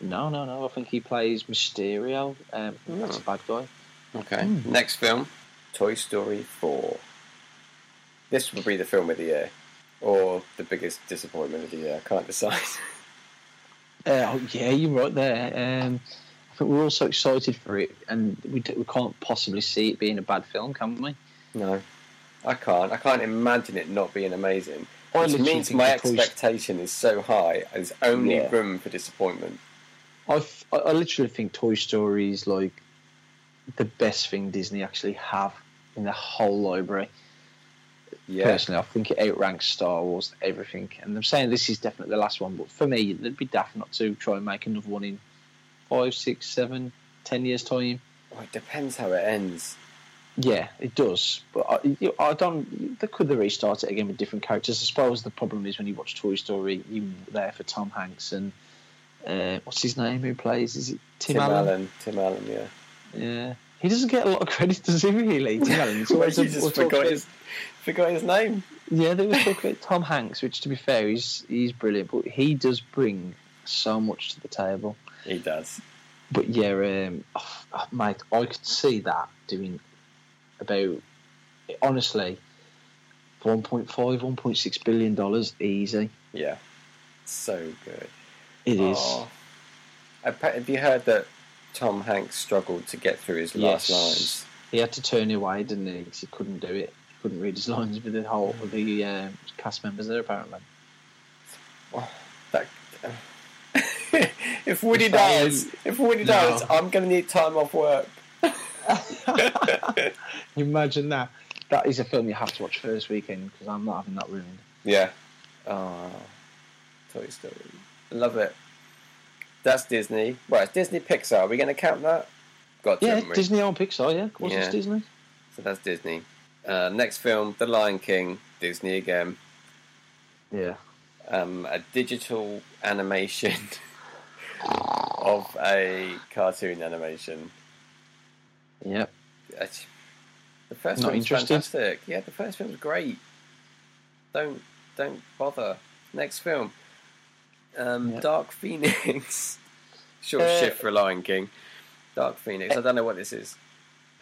No, no, no. I think he plays Mysterio. Um, That's a bad guy. Okay. Mm. Next film, Toy Story 4. This would be the film of the year, or the biggest disappointment of the year. I can't decide. Uh, oh, yeah, you're right there. Um, I think we're all so excited for it, and we, d- we can't possibly see it being a bad film, can we? no, I can't. I can't imagine it not being amazing. I Which literally means think my the Toy- expectation is so high. There's only Yeah. room for disappointment. I, f- I- I literally think Toy Story is like the best thing Disney actually have in the whole library. Yeah. Personally, I think it outranks Star Wars, everything. And I'm saying this is definitely the last one, but for me, it'd be daft not to try and make another one in five, six, seven, ten years' time. Well, it depends how it ends. Yeah, it does. But I, you- I don't. They could they restart it again with different characters? I suppose the problem is when you watch Toy Story, you're there for Tom Hanks and uh, what's his name? Who plays? Is it Tim, Allen? Tim Allen, yeah. Yeah, he doesn't get a lot of credit, does he? Really, Tim Allen. It's Well, always you a- just we'll talk forgot about- his, forgot his name. Yeah, they always talk about Tom Hanks, which to be fair, he's he's brilliant, but he does bring so much to the table. He does. But yeah, um, oh, oh, mate, I could see that doing about honestly 1.5, 1.6 billion dollars easy. Yeah. So good. It is. Oh. Appa- Have you heard that Tom Hanks struggled to get through his last Yes. lines? He had to turn away, didn't he? 'Cause he couldn't do it. He couldn't read his lines with the whole with the um cast members there apparently. That, if Woody If I am- dies, if Woody No. dies, I'm going to need time off work. Can you Imagine that. That is a film you have to watch first weekend because I'm not having that ruined. Yeah. Oh, Toy Story. I love it. That's Disney. Well, it's Disney Pixar. Are we going to count that? Got to. Yeah, haven't we? Disney on Pixar. Yeah, of course Yeah. it's Disney. So that's Disney. Uh, next film, The Lion King. Disney again. Yeah. um, a digital animation of a cartoon animation. Yep. That's- The first Not one was interested. fantastic. Yeah, the first film was great. Don't don't bother. Next film, um, Yep. Dark Phoenix. Short Uh, shift for Lion King. Dark Phoenix. I don't know what this is.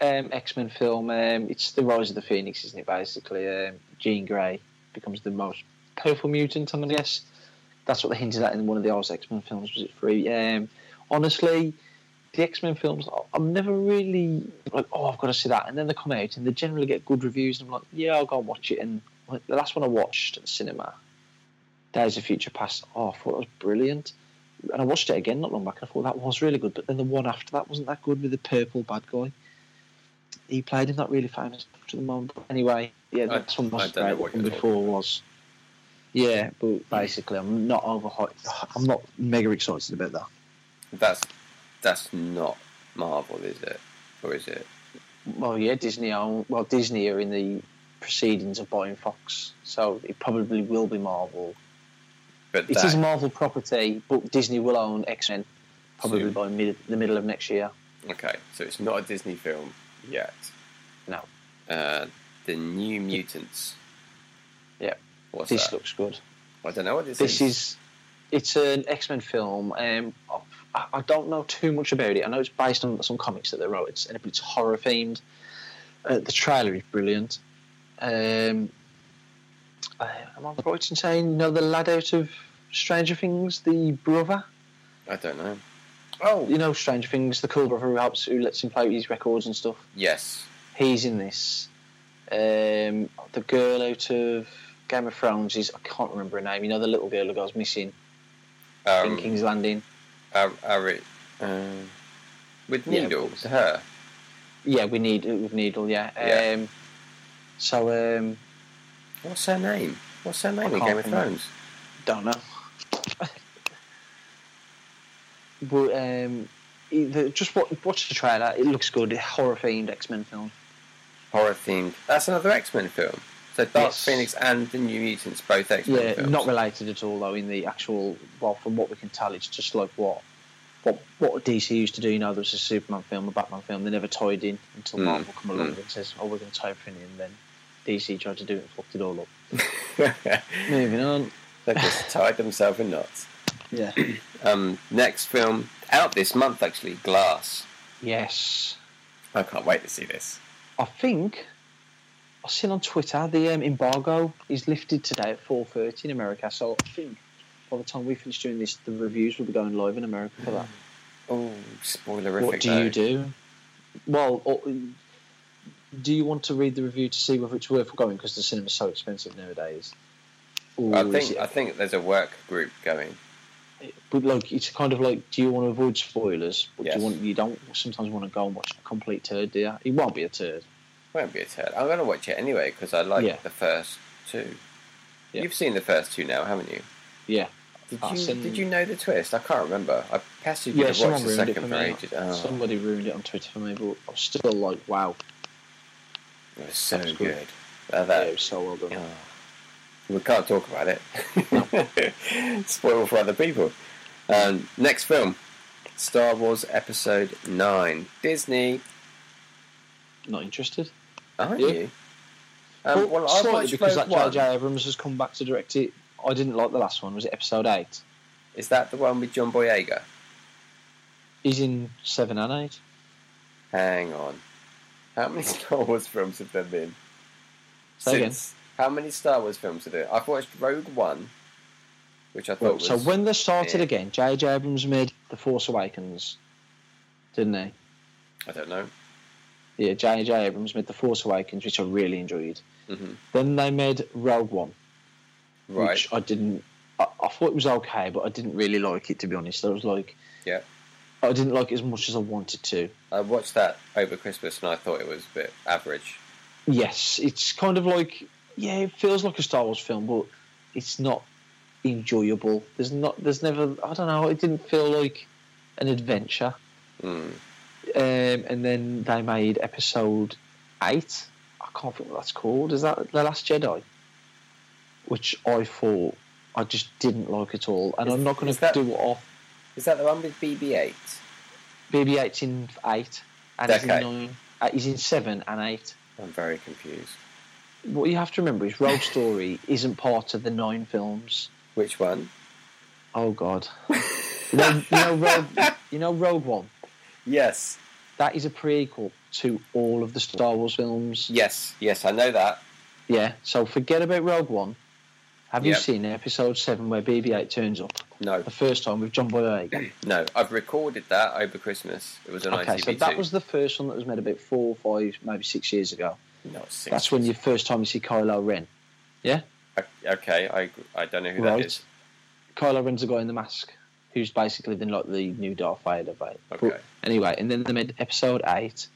um, X Men film. Um, it's the Rise of the Phoenix, isn't it? Basically, um, Jean Grey becomes the most powerful mutant. I'm gonna guess that's what they hinted at in one of the old X Men films. Was it three? Um, honestly, the X Men films, I- I'm never really like, oh, I've got to see that. And then they come out and they generally get good reviews, and I'm like, yeah, I'll go and watch it. And like, the last one I watched at the cinema, Days of Future Past. Oh, I thought it was brilliant. And I watched it again not long back. and I thought that was really good, but then the one after that wasn't that good with the purple bad guy he played him, not really famous to the moment. But anyway, yeah, I- that's one I was don't know great. what one you're before was. Yeah, but basically, I'm not overhyped. I'm not mega excited about that. That's that's not Marvel, is it? Or is it? Well, yeah, Disney. Own, well, Disney are in the proceedings of buying Fox, so it probably will be Marvel. But It is that- a Marvel property, but Disney will own X Men probably Soon. by mid, the middle of next year. okay, so it's not a Disney film yet. No, Uh, the New Mutants. Yeah. What's this that? looks good. I don't know what this, This is it's an X Men film. Um, I, I don't know too much about it. I know it's based on some comics that they wrote. It's it's horror themed. Uh, the trailer is brilliant. Um, uh, am I right in saying you know the lad out of Stranger Things, the brother? I don't know. Oh You know Stranger Things, the cool brother who helps, who lets him play with his records and stuff. yes, He's in this. Um, the girl out of Game of Thrones is I can't remember her name. You know the little girl who goes missing in um, King's Landing. Ar- Ari- um, with Yeah, needles. her. Yeah, we need with needle. Yeah. Yeah. Um, so um, What's her name? What's her name in can't Game of remember. Thrones? don't know. but um, either, just watch, watch the trailer. It looks good. Horror themed X Men film. Horror themed. That's another X Men film. So Dark Yes. Phoenix and the New Mutants, both X Men yeah, films. not related at all though. In the actual, well, from what we can tell, it's just like what. What, what DC used to do, you know, there was a Superman film, a Batman film, they never tied in until Mm, Marvel come along mm. and says, oh, we're going to tie everything in, then DC tried to do it and fucked it all up. They've Moving on. just tied themselves in knots. Yeah. Um, next film out this month actually, Glass. yes. I can't wait to see this. I think I've seen on Twitter the um, embargo is lifted today at four thirty in America. So I think by the time we finish doing this, the reviews will be going live in America for that. Oh, spoilerific! what do though. you do? Well, or, do you want to read the review to see whether it's worth going because the cinema's so expensive nowadays? Or I is think it- I think there 'cause there's a work group going. but like it's kind of like, do you want to avoid spoilers? Or Do Yes. you want you don't sometimes want to go and watch a complete turd? Do you? It won't be a turd. Won't be a turd. I'm going to watch it anyway because I like Yeah. the first two. Yeah. You've seen the first two now, haven't you? Yeah. Did I've you seen- Did you know the twist? I can't remember. I pestered you Yeah, to someone watch the ruined it for second for me. ages. Oh, Somebody ruined it on Twitter for me, but I'm still like, wow, it was so That's good. good. Uh, that that- is so well done. oh. We can't talk about it. Spoil for other people. Um, next film, Star Wars Episode Nine. Disney, Not interested. aren't Yeah. you? Um, But well, I slightly watched because Rogue that One. J.J. Abrams has come back to direct it. I didn't like the last one. Was it episode eight? Is that the one with John Boyega? He's in seven and eight. Hang on. How many Star Wars films have there been? Say again. how many Star Wars films are there? I've watched Rogue One, which I thought Well, was so when they started yeah. again, J.J. Abrams made The Force Awakens, didn't he? I don't know. Yeah, J.J. Abrams made The Force Awakens, which I really enjoyed. hmm Then they made Rogue One, Right. which I didn't. I, I thought it was okay, but I didn't really like it to be honest. I was like, Yeah. I didn't like it as much as I wanted to. I watched that over Christmas and I thought it was a bit average. Yes, it's kind of like yeah, it feels like a Star Wars film, but it's not enjoyable. There's not, there's never, I don't know, it didn't feel like an adventure. Mm. Um, and then they made Episode Eight. I can't think what that's called. Is that The Last Jedi? Which I thought I just didn't like at all, and Is- I'm not going is to that- do it off. Is that the one with BB-8? BB-8's in eight, and he's in Okay. nine. Uh, he's in seven and eight. I'm very confused. What you have to remember is Rogue Story isn't part of the nine films. Which one? Oh God! You know, you know, Rogue, you know Rogue One. Yes. That is a prequel to all of the Star Wars films. Yes. Yes. I know that. Yeah, so forget about Rogue One. Have Yep. you seen episode 7 where BB 8 turns up? No. The first time with John Boyega. No. I've recorded that over Christmas. It was on okay, ITV2. so that was the first one that was made about four, five, maybe six years ago. No, it's six. That's when you first time you see Kylo Ren. O- Okay. I agree. I don't know who that Right. is. Kylo Ren's the guy in the mask who's basically been like the new Darth Vader. But Okay. anyway, and then they made episode eight,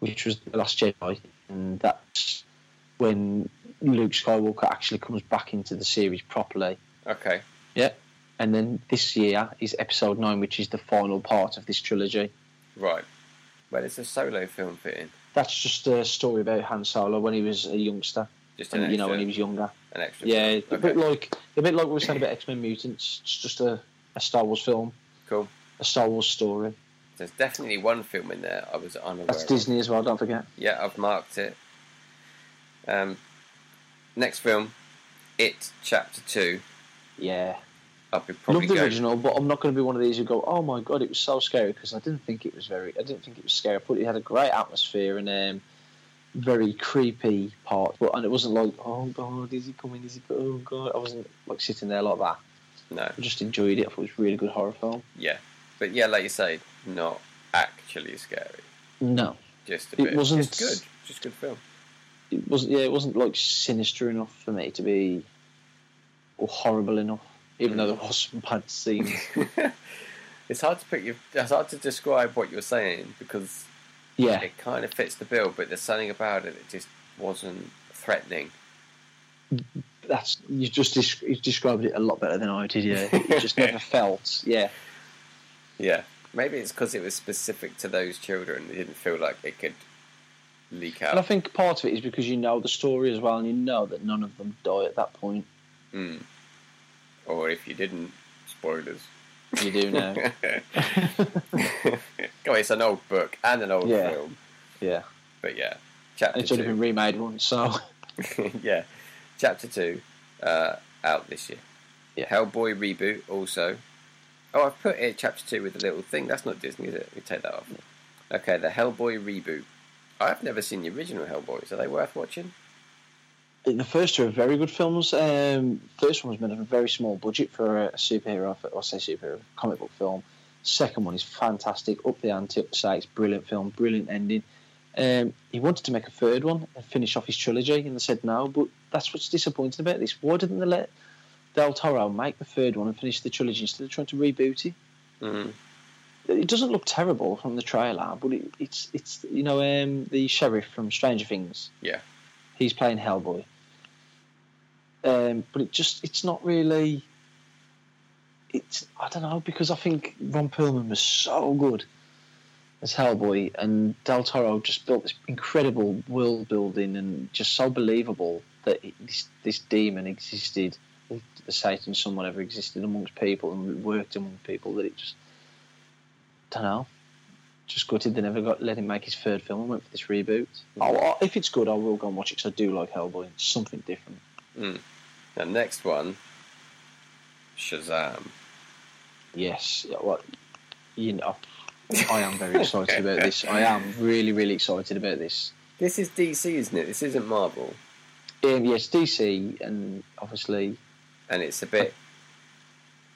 which was the Last Jedi, and that's when Luke Skywalker actually comes back into the series properly. Okay. And then this year is episode nine, which is the final part of this trilogy. Right. Where does the solo film fit in? That's just a story about Han Solo when he was a youngster, Just an and, extra. you know, when he was younger. an extra. Yeah, film. a Okay. bit like a bit like what we said about X Men Mutants. It's just a, a Star Wars film, Cool. a Star Wars story. There's definitely one film in there I was unaware That's of. Disney as well. Don't forget. Yeah, I've marked it. Um, next film, It Chapter 2. Yeah, I'll be probably love the going. original, but I'm not going to be one of these who go, "Oh my god, it was so scary" because I didn't think it was very. I didn't think it was scary. I thought it had a great atmosphere and um, very creepy part, but and it wasn't like, "Oh god, is he coming? Is he? co- Oh god!" I wasn't like sitting there like that. No, I just enjoyed it. I thought it was a really good horror film. yeah. But yeah, like you say, not actually scary. No, Just a It bit. wasn't- Just good. Just good film. it wasn't. Yeah, it wasn't like sinister enough for me to be or horrible enough. Even though there was some bad scenes. it's hard to put your. It's hard to describe what you're saying because yeah, it kind of fits the bill, but there's something about it that just wasn't threatening. that's you just des- you described it a lot better than I did. Yeah, it just never felt. Yeah. Yeah. Maybe it's because it was specific to those children. It didn't feel like it could leak out. And I think part of it is because you know the story as well, and you know that none of them die at that point. Mm. Or if you didn't, spoilers. You do know. God, it's an old book and an old Yeah. film, yeah. but yeah, chapter And it's only been two. remade once, so. yeah, chapter two uh, out this year. Yeah. Hellboy reboot also. Oh, I've put it chapter two with a little thing. That's not Disney, is it? We take that off. Okay, the Hellboy reboot. I've never seen the original Hellboys. Are they worth watching? The first two are very good films. Um, first one was made on a very small budget for a superhero, for, I say superhero, comic book film. Second one is fantastic, up the ante, up the sights, brilliant film, brilliant ending. Um, he wanted to make a third one and finish off his trilogy, and they said no, but that's what's disappointing about this. Why didn't they let Del Toro make the third one and finish the trilogy instead of trying to reboot it? Mm. it doesn't look terrible from the trailer, but it, it's it's you know um, the sheriff from Stranger Things. Yeah. he's playing Hellboy. Um, but it just it's not really. It's I don't know because I think Ron Perlman was so good as Hellboy, and Del Toro just built this incredible world building and just so believable that it, this this demon existed, or the Satan, son, whatever, existed amongst people and worked among people that it just don't know. Just gutted they never got let him make his third film and went for this reboot. Oh, I- if it's good, I will go and watch it because I do like Hellboy. It's something different. The next one, Shazam. Yes, yeah, well, you know, I am very excited about this. I am really, really excited about this. This is DC, isn't it? This isn't Marvel, Um, yes, DC, and obviously and it's a bit.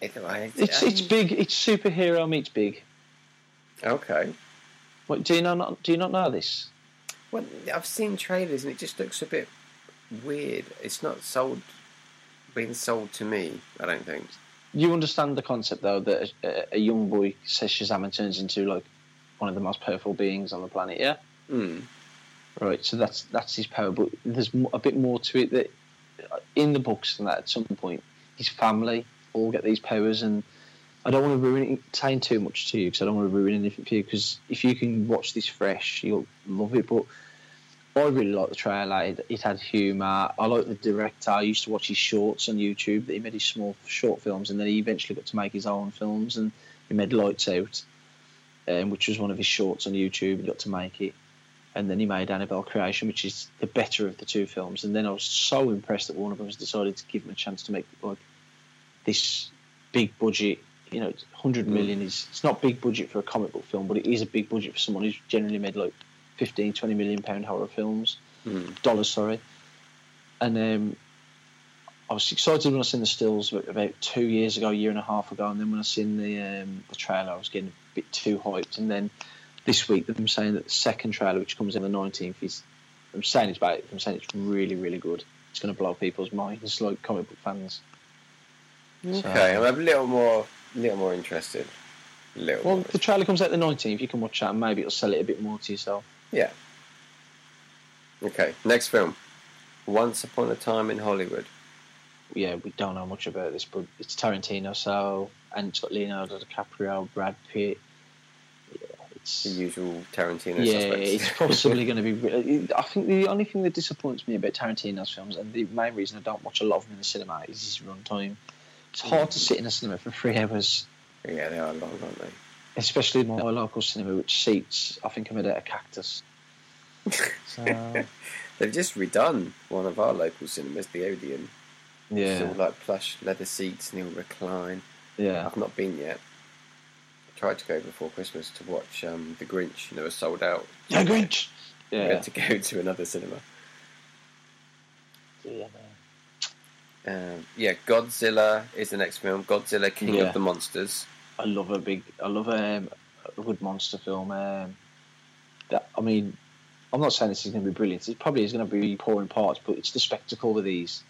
It, I- it's it's big. It's superhero meets big. okay. What, do you not do you not know this? Well, I've seen trailers and it just looks a bit weird. It's not sold, being sold to me. I don't think. You understand the concept though that a, a- a young boy says Shazam and turns into like one of the most powerful beings on the planet. Yeah. Mm. Right, so that's that's his power, but there's mo- a bit more to it that uh, in the books than that. At some point, his family all get these powers, and I don't want to ruin it, saying too much to you because I don't want to ruin anything for you. Because if you can watch this fresh, you'll love it. But I really like the trailer. It, it had humour. I like the director. I used to watch his shorts on YouTube. That he made his small short films, and then he eventually got to make his own films, and he made Lights Out, um, which was one of his shorts on YouTube. He got to make it and then he made Annabelle Creation, which is the better of the two films. And then I was so impressed that Warner Brothers decided to give him a chance to make like this big budget you know, it's 100 million is it's not big budget for a comic book film, but it is a big budget for someone who's generally made like 15, 20 million pound horror films, Mm. dollars, sorry. And um, I was excited when I seen the stills about- about two years ago, a year and a half ago, and then when I seen the um, the trailer, I was getting a bit too hyped. And then this week, them saying that the second trailer, which comes in the 19th, is I'm saying it's about it. I'm saying it's really, really good. It's going to blow people's minds, like comic book fans. Okay, I'm a little more, little more interested. A little. Well, more. the trailer comes out the 19th. You can watch that and maybe it'll sell it a bit more to yourself. Okay, next film. Once Upon a Time in Hollywood. Yeah, we don't know much about this, but it's Tarantino, so. And it's got Leonardo DiCaprio, Brad Pitt. Yeah, The it's. usual Tarantino Yeah, suspects. it's possibly going to be. re- I think the only thing that disappoints me about Tarantino's films, and the main reason I don't watch a lot of them in the cinema, is his runtime. It's hard to sit in a cinema for three hours, yeah, they are long, aren't they? especially in my local cinema, which seats, I think I'm at a cactus. So, They've just redone one of our local cinemas, the Odeon. It's all yeah, like plush leather seats and he'll recline. yeah. I've not been yet. I tried to go before Christmas to watch um, The Grinch and they were sold out. Yeah, Grinch! We Yeah. had to go to another cinema. yeah. Um, yeah, Godzilla is the next film. Godzilla, King Yeah. of the Monsters. I love a big, I love um, a good monster film. Um, that I mean, I'm not saying this is going to be brilliant. It probably is going to be poor in parts, but it's the spectacle with these.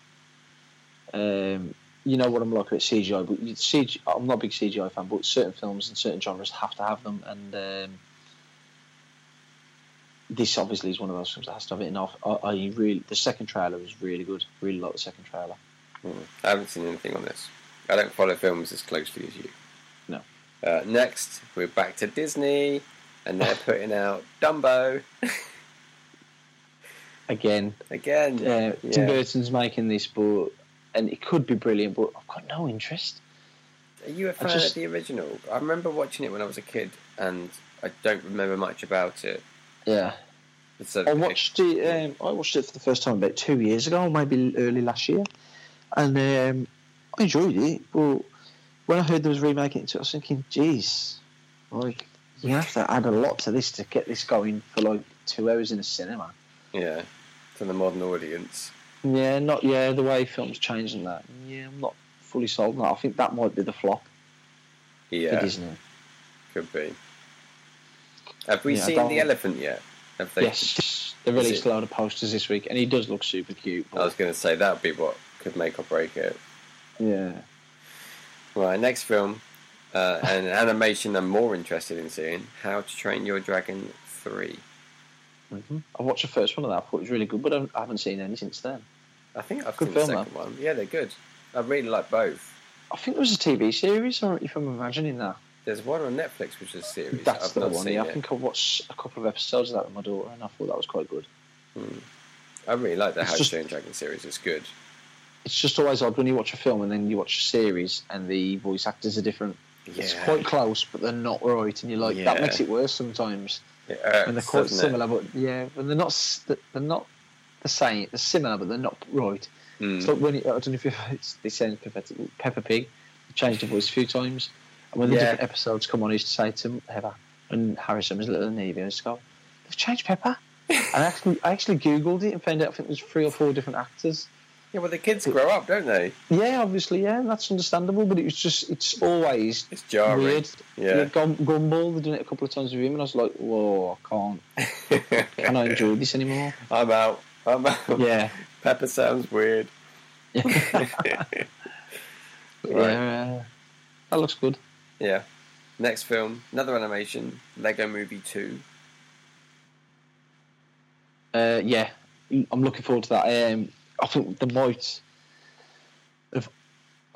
Um, you know what I'm like about CGI, but you- CG, I'm not a big CGI fan, but certain films and certain genres have to have them, and um, this obviously is one of those films that has to have it. And I, I I really, the second trailer was really good. Really liked the second trailer. Mm. I haven't seen anything on this. I don't follow films as closely as you. No. Uh, next, we're back to Disney, and they're putting out Dumbo Again, again. uh, Tim Yeah. Burton's making this, but and it could be brilliant, but I've got no interest. Are you a fan of just- the original? I remember watching it when I was a kid, and I don't remember much about it. Yeah, So I watched it. Um, I watched it for the first time about two years ago, maybe early last year, and um, I enjoyed it. But when I heard there was remaking it, I was thinking, "Geez, like you have to add a lot to this to get this going for like two hours in a cinema." yeah, to the modern audience. Yeah, not yeah. The way films change and that. Yeah, I'm not fully sold on that. I think that might be the flop Yeah, for Disney. could be. Have we Yeah, I seen don't- the elephant yet? Have they? Yes, they Is released it- a load of posters this week, and he does look super cute. I But, was going to say that would be what could make or break it. yeah, Right, next film, uh, an animation I'm more interested in seeing: How to Train Your Dragon Three. I watched the first one of that. I thought it was really good, but I haven't- I haven't seen any since then. I think I've Good seen the film, second one. Yeah, they're good. I really like both. I think there was a TV series, or if I'm imagining that. There's one on Netflix which is a series. That's I've the not one. seen Yeah, I it. think I watched a couple of episodes of that with my daughter, and I thought that was quite good. I really like the It's How to just- Train Your Dragon series. It's good. It's just always odd when you watch a film and then you watch a series, and the voice actors are different. It's Yeah. quite close, but they're not right, and you're like Yeah. that makes it worse sometimes. It hurts, When they're quite doesn't it? similar, but yeah, when they're not, s- they're not the same. They're similar, but they're not right. Mm. It's like when it, I don't know if you've heard, they sound pathetic. but Peppa Pig they changed the voice a few times, and when the Yeah. different episodes come on, he used to say to Peppa and Harrison was little and Evie, and just go, "They've changed Peppa." and I actually, I actually googled it and found out I think there's three or four different actors. Yeah, well, the kids grow up, don't they? Yeah, obviously, yeah, and that's understandable, but it was just it's always It's jarring. weird. Oh, Yeah. Gum, Gumball, they've done it a couple of times with him, and I was like, "Whoa, I can't, I don't enjoy this anymore." I'm out. I'm out. Yeah, Pepper sounds weird. yeah, uh, that looks good. Yeah. Next film, another animation, Lego Movie 2. uh, yeah, I'm looking forward to that. Um, I think they might have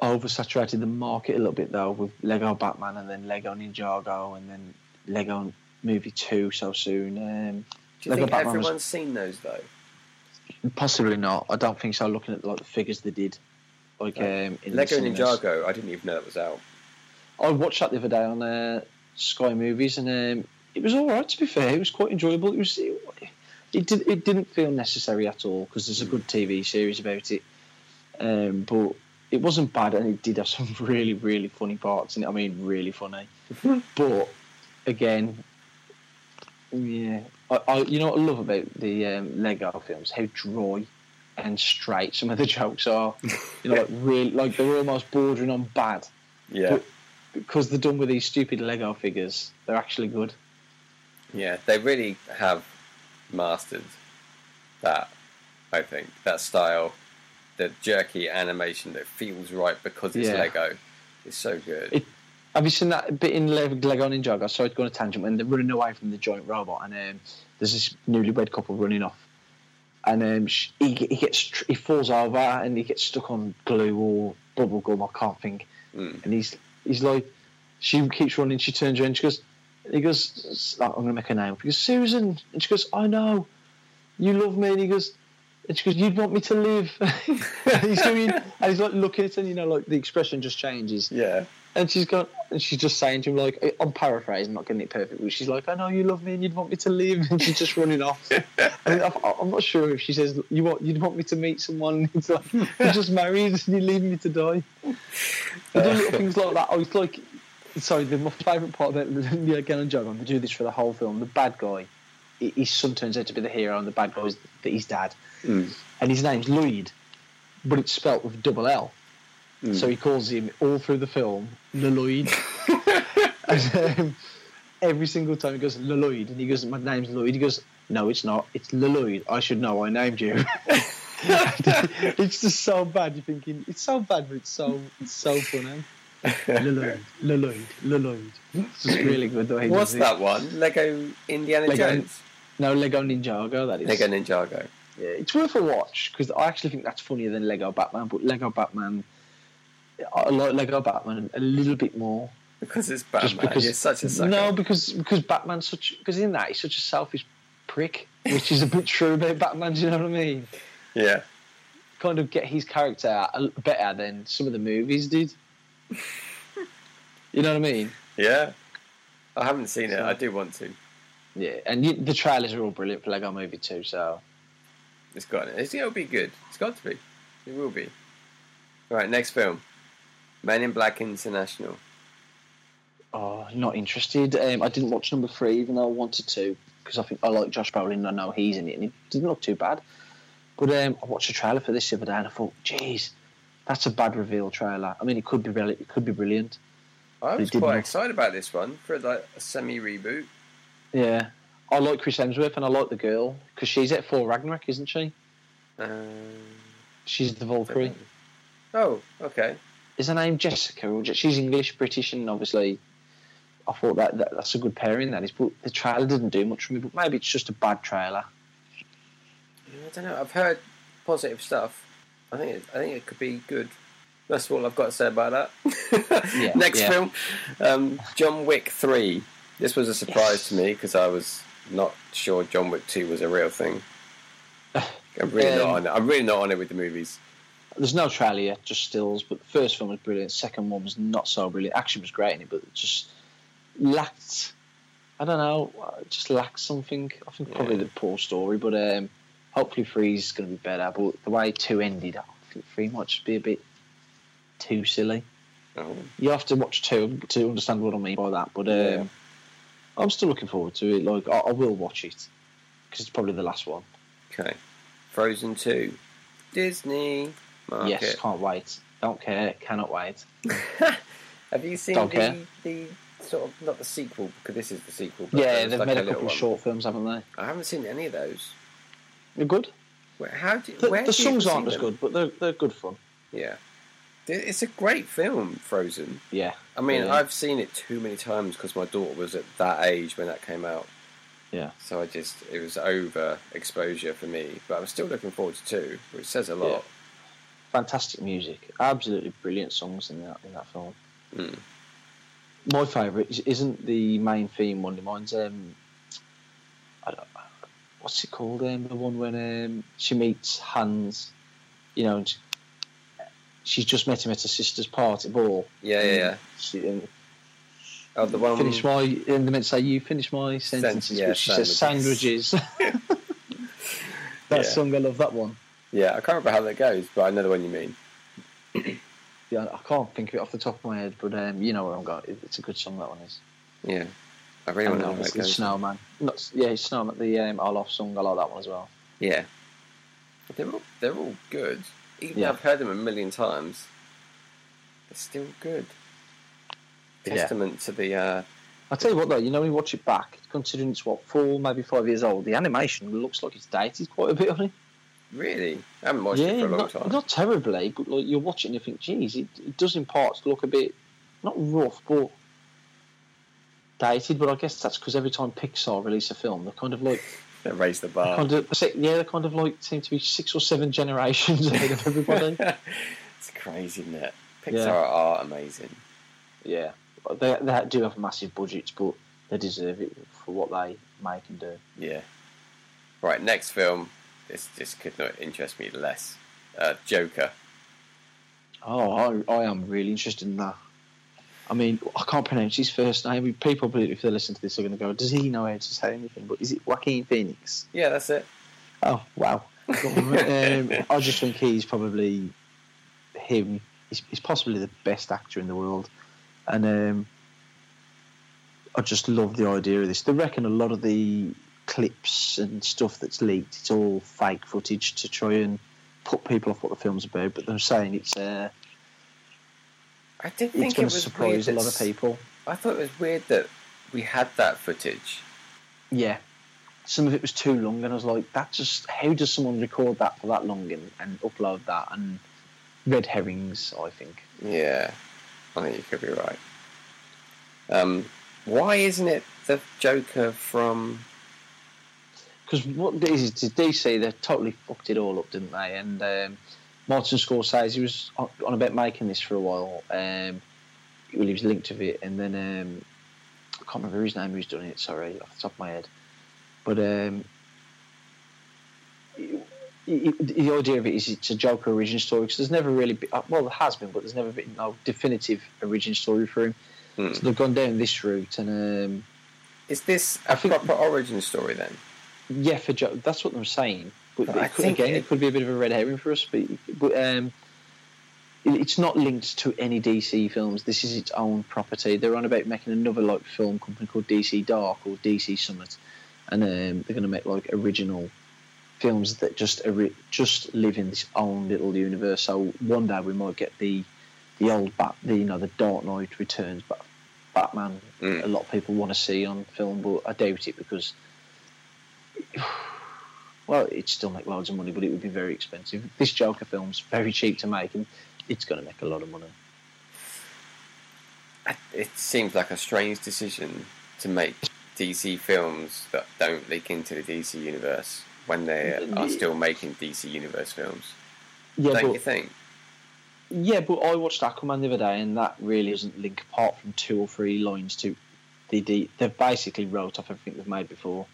oversaturated the market a little bit though with Lego Batman and then Lego Ninjago and then Lego Movie Two so soon. Um, Do you Lego think Batman was- everyone's seen those, though? Um, possibly not. I don't think so. Looking at like the figures they did, like um, in the Lego cinemas. Ninjago, I didn't even know that was out. I watched that the other day on uh, Sky Movies, and um, it was all right. To be fair, it was quite enjoyable. It was. It, it, did, it didn't feel necessary at all because there's a good TV series about it, um, but it wasn't bad, and it did have some really, really funny parts in it. I mean, really funny. but again, yeah, I, I, you know what I love about the um, Lego films? How dry and straight some of the jokes are. You know, like really, like they're almost bordering on bad Yeah, But- because they're done with these stupid Lego figures. They're actually good. yeah. They really have mastered that. I think that style, the jerky animation that feels right because it's Yeah. Lego, is so good. It- Have you seen that bit in Le- Lego Ninja? I sorry to go on a tangent. When they're running away from the giant robot, and um, there's this newlywed couple running off, and um, sh he, ge- he gets tr- he falls over and he gets stuck on glue or bubble gum. I can't think. Mm. And he's he's like, she keeps running. She turns around. She goes, he goes, "S- I'm gonna make a name. He goes, Susan, and she goes, I know, you love me. And he goes. And she goes, "You'd want me to live." and, he's doing, and he's like looking at her, and you know, like the expression just changes. yeah, And she's gone, and she's just saying to him, like, I'm paraphrasing, not getting it perfect, but she's like, I know you love me and you'd want me to leave. And she's just running off. And I- I'm not sure if she says, you want, you'd want me to meet someone. It's like, you're just married and you're leaving me to die. They do little things like that. I was like, sorry, the, my favourite part of it, yeah, again, I'm joking, they do this for the whole film. The bad guy, he, he sometimes had to be the hero, and the bad guy is that he's dad. Mm. And his name's Lloyd, but it's spelt with double L. Mm. So he calls him all through the film Lloyd. and um, every single time he goes Lloyd, and he goes, "My name's Lloyd." He goes, "No, it's not. It's Lloyd. I should know. I named you." it's just so bad. You're thinking it's so bad, but it's so it's so funny. Lloyd, Lloyd, Lloyd. It's just really good. The way he What's does it. that one? Lego Indiana Lego- Jones. No Lego Ninjago. That is. Lego Ninjago. Yeah, it's worth a watch because I actually think that's funnier than Lego Batman. But Lego Batman, I like Lego Batman a little bit more. Because it's Batman. You're such a sucker. No, because because Batman's such because in that he's such a selfish prick, which is a bit true about Batman. Do you know what I mean? Yeah. Kind of get his character out a- better than some of the movies did. you know what I mean? Yeah. I haven't seen it. So- I do want to. Yeah, and you, the trailers are all brilliant for Lego Movie too. So It's got it. It's, it'll be good. It's got to be. It will be. Right, next film. Men in Black International. oh, not interested. Um, I didn't watch number three even though I wanted to because I think I like Josh Brolin. and I know he's in it, and it didn't look too bad. But um, I watched a trailer for this the other day, and I thought, "Jeez, that's a bad reveal trailer." I mean, it could be rel- it could be brilliant. I They was did quite not- excited about this one for like a semi reboot. Yeah. I like Chris Hemsworth and I like the girl because she's at Thor Ragnarok, isn't she? Um, She's the Valkyrie. oh, okay. Is her name Jessica? Or Je- she's English, British, and obviously, I thought that, that that's a good pairing. That is, but the trailer didn't do much for me. But maybe it's just a bad trailer. I don't know. I've heard positive stuff. I think it, I think it could be good. That's all I've got to say about that. Yeah, Next yeah. film, um, John Wick Three. This was a surprise Yes. to me because I was not sure John Wick Two was a real thing. I'm really not Um, on it. I'm really not on it with the movies. There's no trailer yet, just stills. But the first film was brilliant. Second one was not so brilliant. Action was great in it, but it just lacked. I don't know. uh, it Just lacked something. I think probably Yeah. the poor story, but um, hopefully three's going to be better. But the way two ended, I think three might just be a bit too silly. Oh. You have to watch two to understand what I mean by that. But um, Yeah. I'm still looking forward to it. Like I, I will watch it because it's probably the last one. Okay, Frozen Two, Disney. Market. Yes, can't wait. Don't care. Cannot wait. Have you seen Don't the, care. the sort of not the sequel because this is the sequel? But Yeah, there was they've like made a little couple of one. short films, haven't they? I haven't seen any of those. They're good. Where, how do, The, where the do you songs see aren't as them? good, but they're they're good fun. Yeah. Th- It's a great film, Frozen. Yeah, I mean, Yeah. I've seen it too many times because my daughter was at that age when that came out. Yeah. So I just, it was over exposure for me. But I'm still looking forward to two, which says a lot. fantastic music, absolutely brilliant songs in that in that film. Mm. My favourite is- isn't the main theme one. Mine's um, I don't, what's it called? Um, the one when um, she meets Hans, you know, and she, she's just met him at her sister's party ball. Yeah, yeah, yeah. She, and Oh, the one. finish my and they meant to say you finish my sentences, yeah, but she says sandwiches. sandwiches. that Yeah. song, I love that one. Yeah, I can't remember how that goes, but I know the one you mean. Yeah, I can't think of it off the top of my head, but um, you know where I'm going. It, it's a good song that one is. Yeah. I really want to know And, uh, how it it's the goes. Snowman. Not yeah, it's Snowman. The um, I Love song. I like that one as well. Yeah. They're all, they're all good. Even though Yeah. I've heard them a million times, they're still good. Yeah. Testament to the. Uh, I tell you what though, you know when you watch it back, considering it's what four, maybe five years old, the animation looks like it's dated quite a bit on it. really? I haven't watched it for a long not, time. not terribly, but like you're watching, and you think, geez, it, it does in parts look a bit not rough, but dated. But I guess that's because every time Pixar release a film, they're kind of like, They raised the bar. kind of, yeah, they're kind of like seem to be six or seven generations ahead of everybody. it's crazy, isn't it? Pixar eh? Yeah. are amazing. yeah, they they do have massive budgets, but they deserve it for what they make and do. Yeah. Right, next film. This this could not interest me less. Uh, Joker. Oh, I, I am really interested in that. I mean, I can't pronounce his first name. People, if they listen to this, are going to go, "Does he know how to say anything?" But is it Joaquin Phoenix? Yeah, that's it. Oh wow! um, I just think he's probably him. He's, he's possibly the best actor in the world, and um, I just love the idea of this. They reckon a lot of the clips and stuff that's leaked, it's all fake footage to try and put people off what the film's about. But they're saying it's uh, I did it's think it going was to weird. surprise a that lot of s- people. I thought it was weird that we had that footage. Yeah. Some of it was too long, and I was like, "That just how does someone record that for that long and, and upload that?" And red herrings, I think. Yeah, I think you could be right. Um, why isn't it the Joker from? because what it is is DC they totally fucked it all up, didn't they? And um, Martin Scorsese was on on about making this for a while. Um, well, he was linked to it, and then um, I can't remember his name who's done it. Sorry, off the top of my head, but um, y- y- the idea of it is it's a Joker origin story because there's never really been, uh, well there has been, but there's never been no definitive origin story for him. Hmm. So they've gone down this route, and um, Is this a I think- proper origin story then? yeah, for Joe, that's what I'm saying. But But I it could, think again, it- it, could be a bit of a red herring for us. But, but um, it- it's not linked to any DC films. This is its own property. They're on about making another like film company called DC Dark or DC Summit, and um, they're going to make like original films that just ori- just live in this own little universe. So one day we might get the the old Bat, the you know the Dark Knight Returns, but Batman Mm. a lot of people want to see on film, but I doubt it because, well, it'd still make loads of money, but it would be very expensive. This Joker film's very cheap to make, and it's going to make a lot of money. I- It seems like a strange decision to make DC films that don't leak into the DC universe when they are still making DC universe films. Yeah, don't but you think? yeah, but I watched Aquaman the other day, and that really doesn't link apart from two or three lines to the. the they've basically wrote off everything they've made before.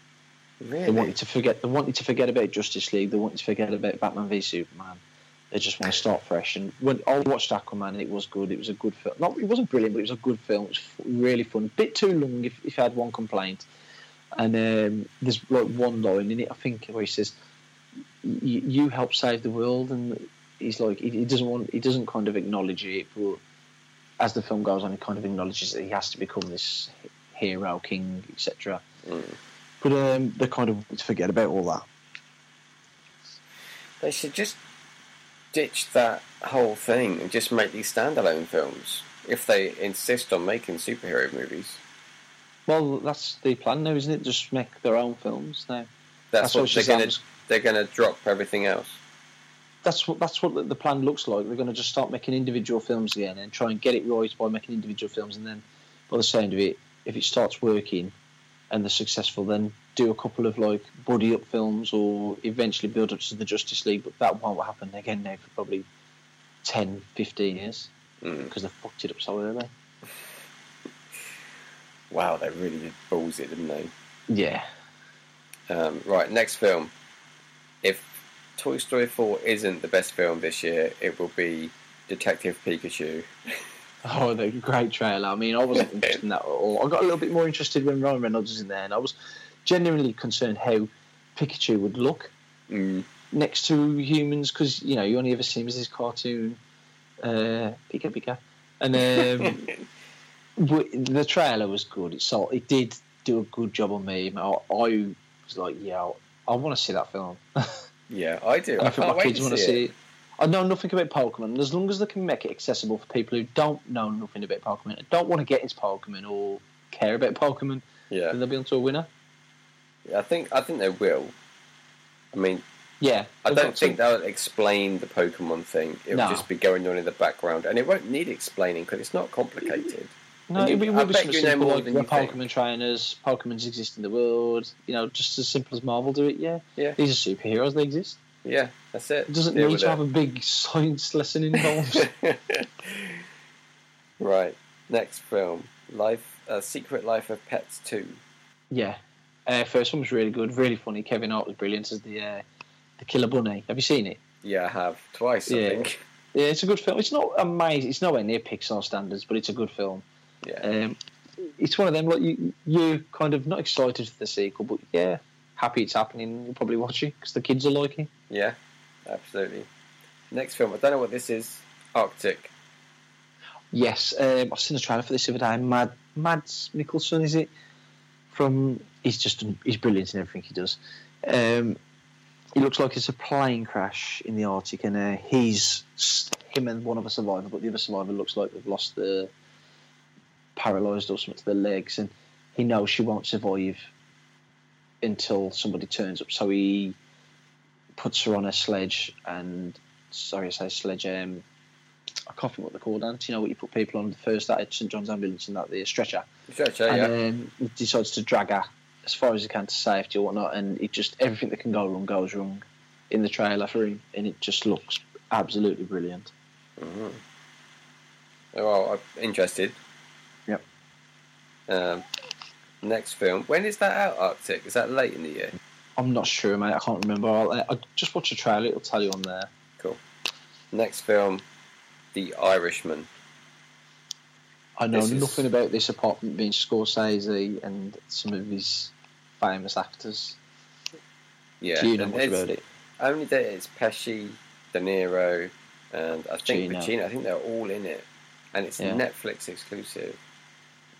They Really? wanted to forget. They wanted to forget about Justice League. They wanted to forget about Batman v Superman. They just want to start fresh. And when I watched Aquaman, it was good. It was a good film. Not, it wasn't brilliant, but it was a good film. It was f- really fun. Bit too long, if, if I had one complaint. And um, there's like one line in it, I think, where he says, "Y- "You help save the world," and he's like, he, he doesn't want, he doesn't kind of acknowledge it, but as the film goes on, he kind of acknowledges that he has to become this hero, king, etc. Mm. But um, they kind of want to forget about all that. They should just ditch that whole thing and just make these standalone films if they insist on making superhero movies. Well, that's the plan now, isn't it? Just make their own films now. That's, That's what, what they're going to Shazam's- they're going to drop everything else. That's what that's what the plan looks like. They're going to just start making individual films again and try and get it right by making individual films, and then by the sound of it, if it starts working and they're successful, then do a couple of like buddy up films or eventually build up to the Justice League. But that won't happen again now for probably 10, 15 years Mm. because they fucked it up so early. Wow, they really did balls it, didn't they? Yeah, Um, right, next film. If Toy Story 4 isn't the best film this year, it will be Detective Pikachu. Oh, the great trailer. I mean, I wasn't interested in that at all. I got a little bit more interested when Ryan Reynolds was in there, and I was genuinely concerned how Pikachu would look Mm. next to humans because you know you only ever see him as this cartoon uh, pika pika, and um, w- the trailer was good. It sold, it did do a good job on me. I, I was like, yeah, I, want to see that film. yeah, I do. And I, I think can't my wait kids to want to see see it. it. I know nothing about Pokemon. As long as they can make it accessible for people who don't know nothing about Pokemon, and don't want to get into Pokemon or care about Pokemon, Yeah. then they'll be onto a winner. I think I think they will. I mean, Yeah, I they've don't got to. think they'll explain the Pokemon thing. It'll No. just be going on in the background, and it won't need explaining because it's not complicated. No, You- it I would be bet something you know simple more like than we're you think. Pokemon trainers, Pokemon's exist in the world, you know, just as simple as Marvel do it, yeah. Yeah. These are superheroes, they exist. Yeah, that's it. It doesn't Deal need with to it. have a big science lesson involved. right. Next film, Life, uh, Secret Life of Pets Two. yeah. Uh, first one was really good, really funny. Kevin Hart was brilliant as the uh, the killer bunny. Have you seen it? Yeah, I have twice. I Yeah. think. Yeah, it's a good film. It's not amazing. It's nowhere near Pixar standards, but it's a good film. Yeah, Um, it's one of them like you you kind of not excited for the sequel, but yeah, happy it's happening. You'll probably watch it because the kids are liking. it. yeah, absolutely. Next film, I don't know what this is. Arctic. Yes, um, I've seen a trailer for this the other day. Mad Mads Nicholson is it? From he's just he's brilliant in everything he does. Um, it looks like it's a plane crash in the Arctic, and uh, he's him and one other survivor, but the other survivor looks like they've lost the paralysed or something to their legs, and he knows she won't survive until somebody turns up. So he puts her on a sledge, and sorry, I say sledge. Um, I can't think what they're called, Ant. You know what you put people on the first that at St John's ambulance and that the stretcher, Sure, sure, and yeah. then he decides to drag her as far as he can to safety or whatnot, and it just everything that can go wrong goes wrong in the trailer for him, and it just looks absolutely brilliant. Mhm. Oh, Well, I'm interested. Yep. Um, next film. When is that out? Arctic. Is that late in the year? I'm not sure, mate. I can't remember. I'll, I'll just watch the trailer; it'll tell you on there. Next film, The Irishman. I know This is- nothing about this apart from being Scorsese and some of his famous actors. Yeah. Do you know and much it's- about it? Only that it's Pesci, De Niro, and I think Pacino. Pacino. I think they're all in it, and it's Yeah. Netflix exclusive.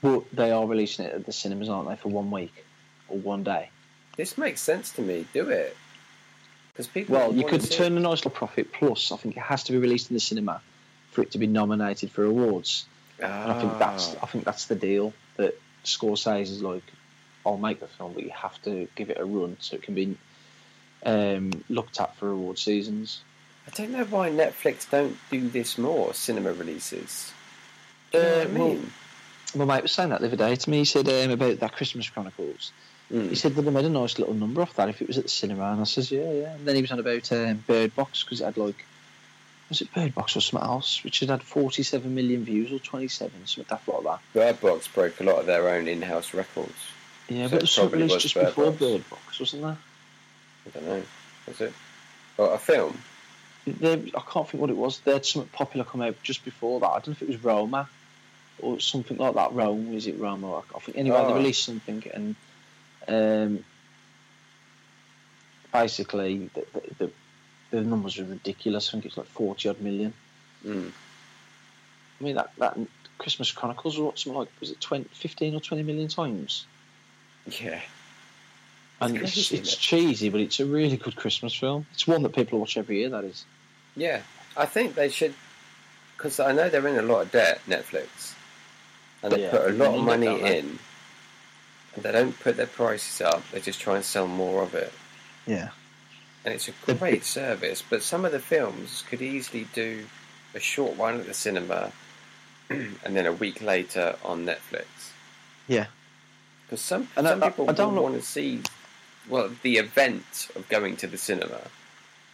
Well, they are releasing it at the cinemas, aren't they, for one week or one day? This makes sense to me. Do it because people. Well, you wanna could see it. turn a nice little profit. Plus, I think it has to be released in the cinema for it to be nominated for awards. And I think that's Ah. I think that's the deal that Scorsese is like, I'll make the film, but you have to give it a run so it can be um, looked at for award seasons. I don't know why Netflix don't do this more cinema releases. Do you know Uh, what I well, mean? My mate was saying that the other day to me. He said um, about that Christmas Chronicles. Mm. He said that they made a nice little number off that if it was at the cinema, and I says, yeah, yeah. And then he was on about um, Bird Box because it had like, was it Bird Box or something else, which had had 47 million views or 27, something like that. Bird Box broke a lot of their own in-house records. Yeah, So but it it was something probably released was just Bird before Box. Bird Box, wasn't there? I don't know. Was it? Well, a film. there? I can't think what it was. They had something popular come out just before that. I don't know if it was Roma or something like that. Rome, is it Roma? I can't think. Anyway, they Oh. released something and um, basically the, the, the, the numbers are ridiculous. I think it's like 40 odd million. Mm. I mean, that, that Christmas Chronicles or something like, was it 20, 15 or 20 million times? Yeah. And It's it's, crazy, it's isn't it? cheesy, but it's a really good Christmas film. It's one that people watch every year, that is. Yeah, I think they should, because I know they're in a lot of debt, Netflix, and they Yeah, put a they lot of need it, money don't they? in, and they don't put their prices up. They just try and sell more of it, Yeah. and it's a The- great service. But some of the films could easily do a short one at the cinema, and then a week later on Netflix. Yeah. because some And I- some I- people I don't know- want to see, well, the event of going to the cinema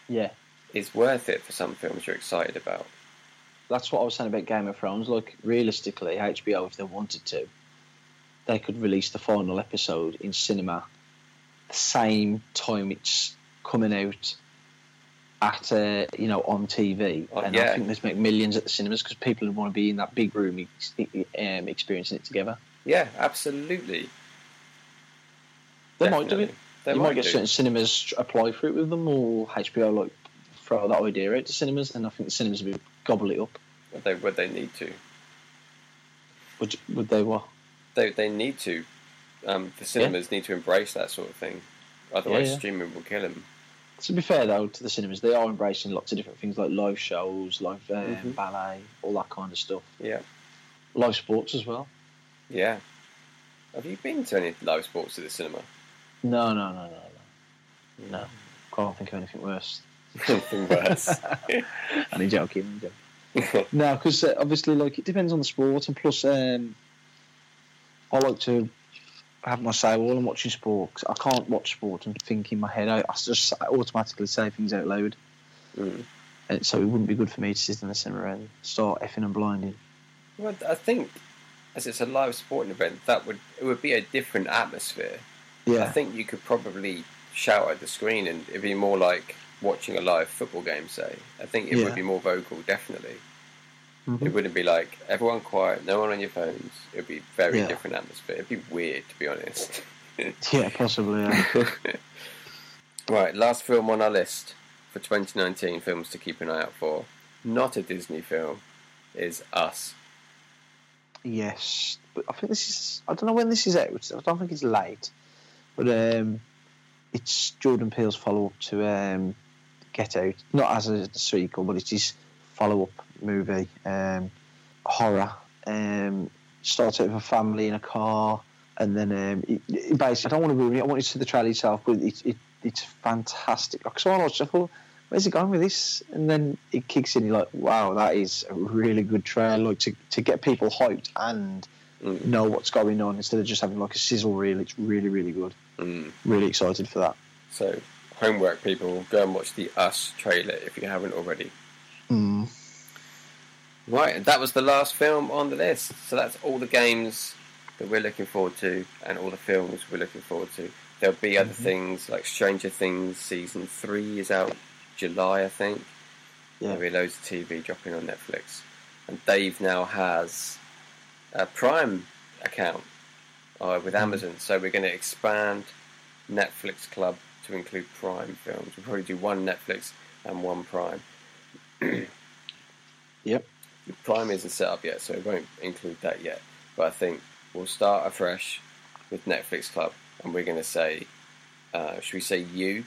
Yeah. is worth it for some films you're excited about. that's what I was saying about Game of Thrones. Like realistically, HBO, if they wanted to, they could release the final episode in cinema the same time it's coming out at uh, you know on TV, Oh, and yeah. I think they'd make millions at the cinemas because people would want to be in that big room ex- um, experiencing it together. Yeah, absolutely. They might do it. Definitely. They you might, get do. certain cinemas apply for it with them, or HBO like throw that idea out to cinemas, and I think the cinemas would gobble it up. Would they, would they need to? Would, would they what? They, they need to. Um, the cinemas need to embrace that sort of thing. Otherwise, yeah. streaming will kill them. To be fair though, to the cinemas, they are embracing lots of different things like live shows, live um, Mhm. ballet, all that kind of stuff. Yeah. Live sports as well. Yeah. Have you been to any live sports at the cinema? No, no, no, no, no. No. Can't think of anything worse. Something Mm. worse. Only joking. Only joking. No, because uh, obviously, like it depends on the sport, and plus, um, I like to have my say while I'm watching sport. 'cause I can't watch sport and think in my head. I, I just automatically say things out loud, Mm. and so it wouldn't be good for me to sit in the cinema and start effing and blinding. Well, I think as it's a live sporting event, that would it would be a different atmosphere. I Yeah, think you could probably shout at the screen, and it'd be more like watching a live football game. Say, I think it Yeah. would be more vocal, definitely. Mhm. It wouldn't be like everyone quiet, no one on your phones. It'd be very Yeah. different atmosphere. It'd be weird, to be honest. yeah, possibly. Yeah. Right, last film on our list for 2019 films to keep an eye out for, not a Disney film, is Us. Yes, but I think this is. I don't know when this is out. I don't think it's late, but um, it's Jordan Peele's follow up to um, Get Out. Not as a sequel, but it's his follow up movie. Um, horror. Um, starts out with a family in a car, and then um, it, it basically. I don't want to ruin it. I want you to see the trailer yourself, but it, it it's fantastic. Like, so I watched, it, I thought, where's it going with this? And then it kicks in. You're like, wow, that is a really good trailer. Like to, to get people hyped and Mm. know what's going on instead of just having like a sizzle reel. It's really, really good. Mm. Really excited for that. So, homework people, go and watch the Us trailer if you haven't already. Mm. Right, and that was the last film on the list. So that's all the games that we're looking forward to, and all the films we're looking forward to. There'll be other things like Stranger Things season three is out July, I think. Yeah. There'll be loads of TV dropping on Netflix, and Dave now has a Prime account uh, with Amazon, so we're going to expand Netflix Club to include Prime films. We'll probably do one Netflix and one Prime. Yep. Prime isn't set up yet, so it won't include that yet. But I think we'll start afresh with Netflix Club, and we're going to say, uh, should we say you,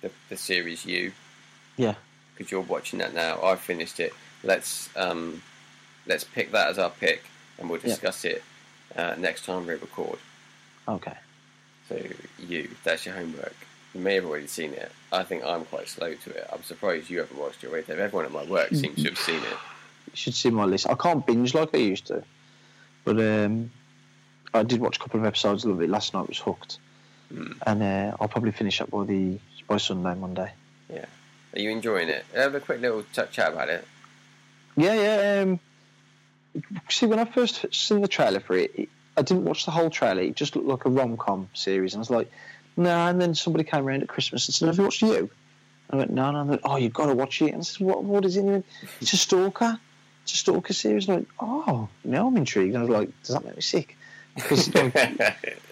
the, the series you, Yeah. because you're watching that now. I've finished it. Let's um, let's pick that as our pick, and we'll Yeah. discuss it uh, next time we record. Okay. So you, that's your homework. You may have already seen it. I think I'm quite slow to it. I'm surprised you haven't watched it already. Dave. Everyone at my work seems to have seen it. You should see my list. I can't binge like I used to, but um, I did watch a couple of episodes a little bit last night. Was hooked, Mm. and uh, I'll probably finish up by the by Sunday, Monday. Are you enjoying it? Have a quick little chat chat about it. Yeah, yeah. Um, see, when I first seen the trailer for it, it, I didn't watch the whole trailer. It just looked like a rom com series, and I was like, no. and then somebody came around at Christmas and said, "Have you watched you?" I went, "No, no." And they went, oh, you've got to watch it. And I said, "What? What is it?" And they went, It's a stalker. It's a stalker series. And I went, "Oh, now I'm intrigued." And I was like, "Does that make me sick?" Because like,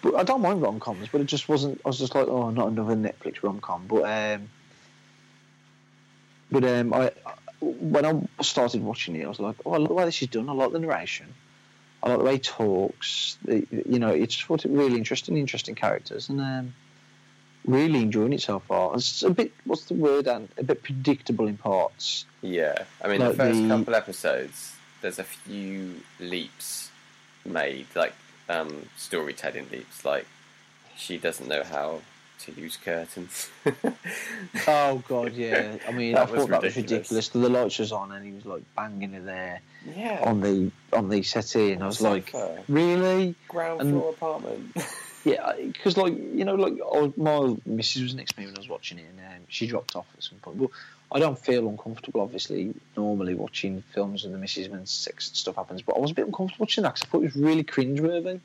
but I don't mind rom coms, but it just wasn't. I was just like, oh, not another Netflix rom com. But um, but um, I I- when I started watching it, I was like, oh, I like the way this is done. I like the narration. I like the way he talks. The, you know, it's just what really interesting, interesting characters, and um, really enjoying it so far. It's a bit, what's the word? And a bit predictable in parts. yeah, I mean, Like the first the- couple episodes, there's a few leaps made, like um, storytelling leaps, like she doesn't know how to use curtains. Oh God, yeah. I mean, That I was thought that was ridiculous. ridiculous. The lights was on, and he was like banging it there yeah, on the on the settee, and I was so like. far. Really? ground and- floor apartment. Yeah, because like you know, like I was, my missus was next to me when I was watching it, and um, she dropped off at some point. But I don't feel uncomfortable. Obviously, normally watching films with the missus when sex and stuff happens, but I was a bit uncomfortable watching that 'cause I thought it was really cringeworthy.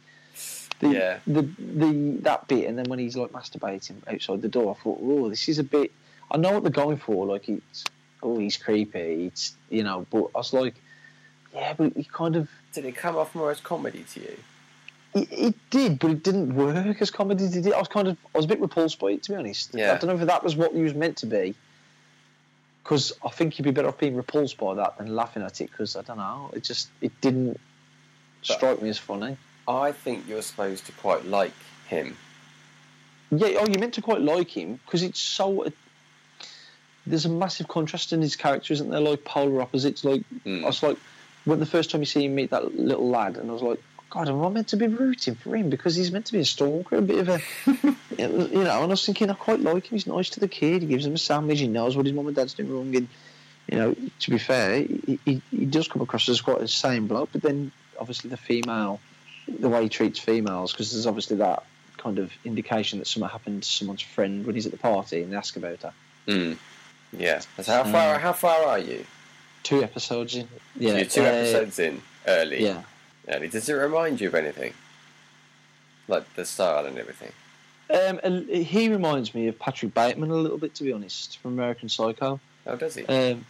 The, Yeah. The the that bit, and then when he's like masturbating outside the door, I thought, oh, this is a bit. I know what they're going for. Like it's oh, he's creepy. It's you know, but I was like, yeah, but he kind of Did it come off more as comedy to you? it, it did, but it didn't work as comedy. Did it? I was kind of, I was a bit repulsed by it, to be honest. Yeah. I don't know if that was what you was meant to be, because I think you'd be better off being repulsed by that than laughing at it. Because I don't know, it just it didn't strike me as funny. I think you're supposed to quite like him. Yeah, oh, you meant to quite like him because it's so. uh, There's a massive contrast in his character, isn't there? Like polar opposites. Like Mm. I was like, when the first time you see him meet that little lad, and I was like, God, am I meant to be rooting for him because he's meant to be a stalker, a bit of a, it was- you know? And I was thinking, I quite like him. He's nice to the kid. He gives him a sandwich. He knows what his mum and dad's doing wrong, and you know, to be fair, he, he, he does come across as quite a sane bloke. But then, obviously, the female, the way he treats females, because there's obviously that kind of indication that something happened to someone's friend when he's at the party and they ask about her. Mm. Yeah. So how far? How far are you? Two episodes in. So Yeah, you're two uh, episodes in early. Yeah. Early. Does it remind you of anything? Like the style and everything. Um, and he reminds me of Patrick Bateman a little bit, to be honest, from American Psycho. Oh, does he? Um,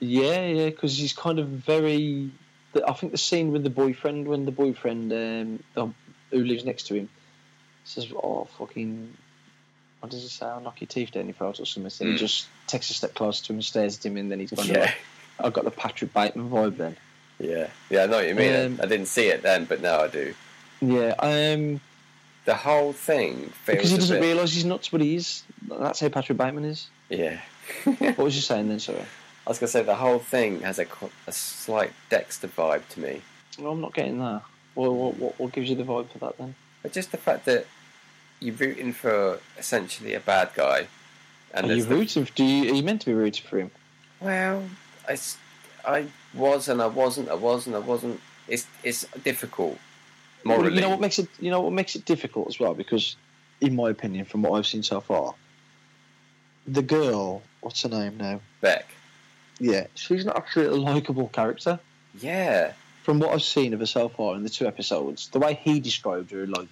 yeah, yeah, because he's kind of very. The, I think the scene with the boyfriend, when the boyfriend um, the- who lives next to him says, "Oh, fucking," what does he say? I'll knock your teeth down your throat or something. So He Mm. just takes a step closer to him and stares at him, and then he's kind of yeah. like, "I got the Patrick Bateman vibe then." Yeah. Yeah. I know what you mean. Um, I didn't see it then, but now I do. Yeah, um, The whole thing feels because he a doesn't bit. realise he's nuts, but he is. That's how Patrick Bateman is. Yeah. What was you saying then, sorry? I was gonna say the whole thing has a, qu- a slight Dexter vibe to me. No, I'm not getting that. Well, what, what, what gives you the vibe for that then? But just the fact that you're rooting for essentially a bad guy, are you there's the- rooting? for- Do you, are you meant to be rooting for him? Well, I, s- I was and I wasn't. I was and I wasn't. It's it's difficult Well, morally. You know what makes it. You know what makes it difficult as well, because in my opinion, from what I've seen so far, the girl, what's her name now? Beck. Yeah, she's not actually a likable character. Yeah, From what I've seen of her so far in the two episodes, the way he described her, like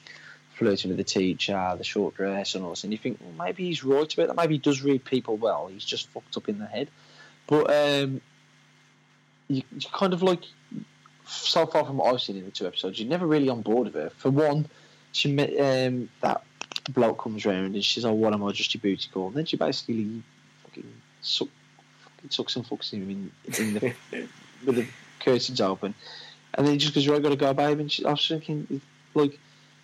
flirting with the teacher, the short dress, and all this, and you think well, maybe he's right about that. Maybe he does read people well. He's just fucked up in the head. But um, you, you kind of like so far from what I've seen in the two episodes, you're never really on board with her. For one, she met um, that bloke comes round and she's like, "What am I, just your booty call?" And then she basically fucking, suck, fucking sucks and fucks him in, in the with the curtains open, and then he just goes, "Right, got to go, babe." And she, I was thinking, like.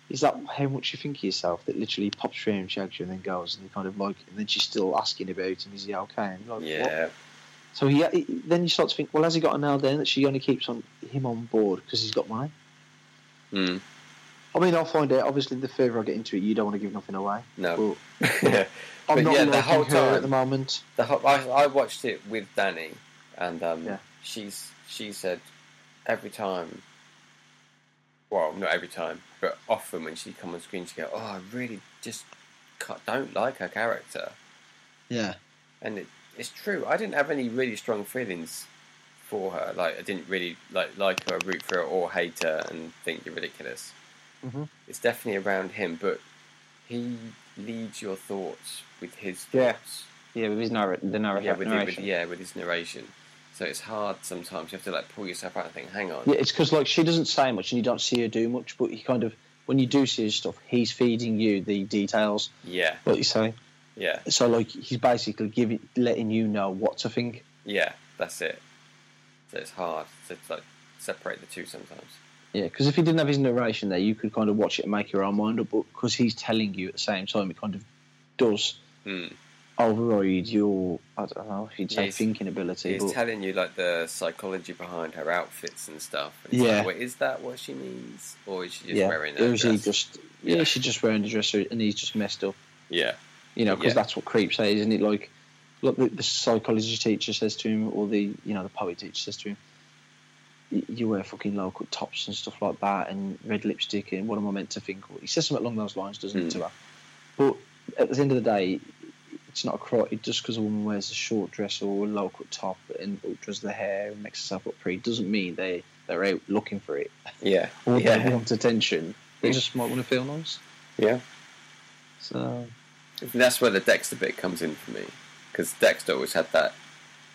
Is that how much you think of yourself? That literally pops round, shags you, and then goes, and kind of like, and then she's still asking about him. Is he okay? And you're like, what? yeah. So he, he- then you start to think, well, has he got a nail down that she only keeps on him on board because he's got money? Mm, I mean, I'll find out. Obviously, the further I get into it, you don't want to give nothing away. no. Well, I'm But not yeah, yeah, the liking whole her time- at the moment. the whole, I, I watched it with Danny, and um, Yeah. she's she said every time. Well, not every time, but often when she come on screen, she go, "Oh, I really just ca- don't like her character," Yeah, and it, it's true. I didn't have any really strong feelings for her. Like I didn't really like like her, root for her, or hate her, and think you're ridiculous. Mhm. It's definitely around him, but he leads your thoughts with his Yeah. thoughts. yeah, with his narr- the narrative, Yeah, with, the- with, yeah, with his narration. So it's hard sometimes. You have to like pull yourself out and think, "Hang on." Yeah, it's because like she doesn't say much, and you don't see her do much. But he kind of, when you do see his stuff, he's feeding you the details. Yeah, What you say? yeah, So like, he's basically giving, letting you know what to think. yeah. That's it. So it's hard to like separate the two sometimes. Yeah, because if he didn't have his narration there, you could kind of watch it and make your own mind up. But because he's telling you at the same time, it kind of does Mm. override your, I don't know if you'd say Yes. thinking ability. He's But, telling you like the psychology behind her outfits and stuff. And it's Yeah. like, well, is that what she means, or is she just yeah, wearing or a is he dress? just, yeah, Yeah. she's just wearing a dress and he's just messed up, Yeah, you know, because Yeah. that's what creep says, isn't it? Like, look, the, the psychology teacher says to him, or the, you know, the poet teacher says to him, "Y- you wear fucking low cut tops and stuff like that, and red lipstick, and what am I meant to think? He says something along those lines, doesn't Hmm. he, to her? But at the end of the day, it's not a crotty just because a woman wears a short dress or a low cut top and alters their hair and makes herself look pretty doesn't mean they they're out looking for it yeah, or Yeah. they want attention. They Mm. just might want to feel nice. yeah. So That's where the Dexter bit comes in for me, because Dexter always had that.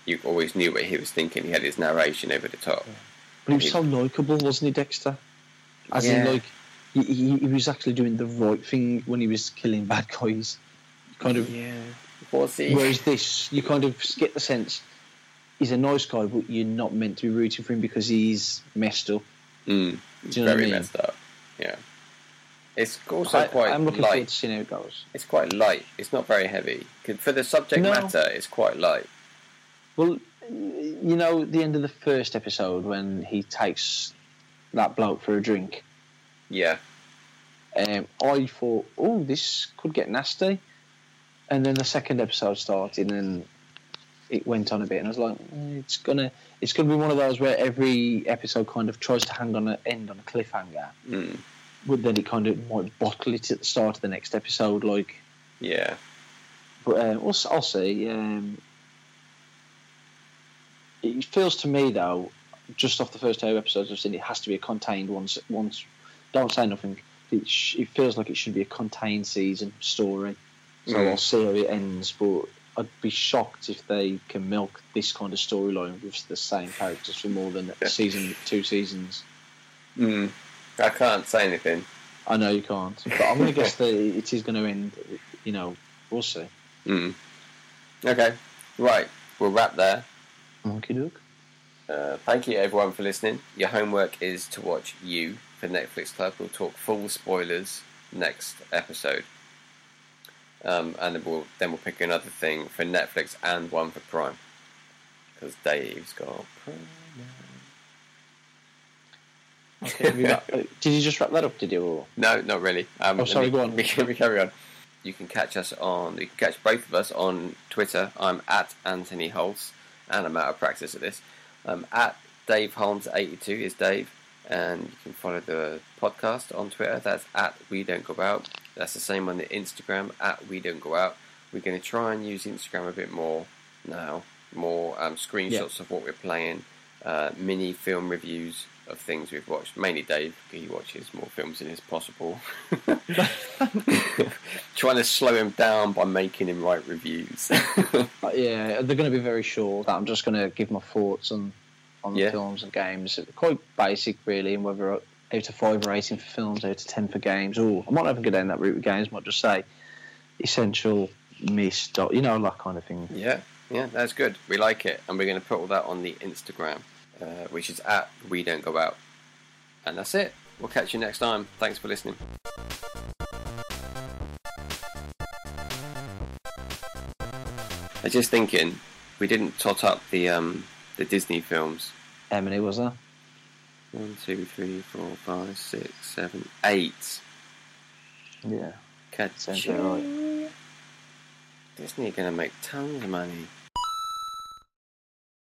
You always knew what he was thinking. He had his narration over the top. But he was so likable, wasn't he, Dexter? As in, Yeah. like, he, he, he was actually doing the right thing when he was killing bad guys. Kind of. yeah. Was he? Whereas this, you kind of get the sense he's a nice guy, but you're not meant to be rooting for him because he's messed up. Mm, it's Do you know what I very mean? messed up. Yeah. It's also I, quite I'm looking forward light. to seeing how it goes. It's quite light. It's not very heavy. 'Cause For the subject No. matter, it's quite light. Well, you know, the end of the first episode when he takes that bloke for a drink, Yeah. um, I thought, oh, this could get nasty. And then the second episode started and it went on a bit, and I was like, "Eh, it's gonna, it's gonna be one of those where every episode kind of tries to hang on a end on a cliffhanger, Mm, but then it kind of might bottle it at the start of the next episode, like. yeah. But um, we'll, s- I'll see. Um, it feels to me though, just off the first two episodes I've seen, it has to be a contained once. Once, don't say nothing. It, sh- it feels like it should be a contained season story. So Mm. I'll see how it ends. But I'd be shocked if they can milk this kind of storyline with the same characters for more than a season, two seasons. Mm, I can't say anything. I know you can't, but I'm gonna guess that it is going to end. You know, we'll see. Mm. Okay. Right. We'll wrap there. Okay, look. Uh, thank you everyone for listening. Your homework is to watch You for Netflix Club. We'll talk full spoilers next episode, um, and then we'll then we'll pick another thing for Netflix and one for Prime because Dave's got Prime. Okay, have you got- uh, did you just wrap that up? Did you? Or? No, not really. Um, Oh, sorry, we- go on. We, can- we carry on. You can catch us on. You can catch both of us on Twitter. I'm at Anthony Holmes, and I'm out of practice at this. Um, at Dave Holmes82 is Dave, and you can follow the podcast on Twitter. That's at We Don't Go Out. That's the same on the Instagram at We Don't Go Out. We're going to try and use Instagram a bit more now. More um, screenshots of what we're playing, uh, mini film reviews of things we've watched. Mainly Dave, 'cause he watches more films than is possible. Trying to slow him down by making him write reviews. Uh, yeah, they're going to be very short. I'm just going to give my thoughts on on the Yeah. films and games. Quite basic, really, and whether out of five rating for films, out of ten for games. Or I might not even go down that route with games. I might just say essential missed, dot- you know, that kind of thing. Yeah, yeah, that's good. We like it, and we're going to put all that on the Instagram, uh, which is at We Don't Go Out. And that's it. We'll catch you next time. Thanks for listening. I was just thinking, we didn't tot up the um, the Disney films. Emily was there. One, two, three, four, five, six, seven, eight. Yeah. Catch Sounds about Disney are going to make tons of money.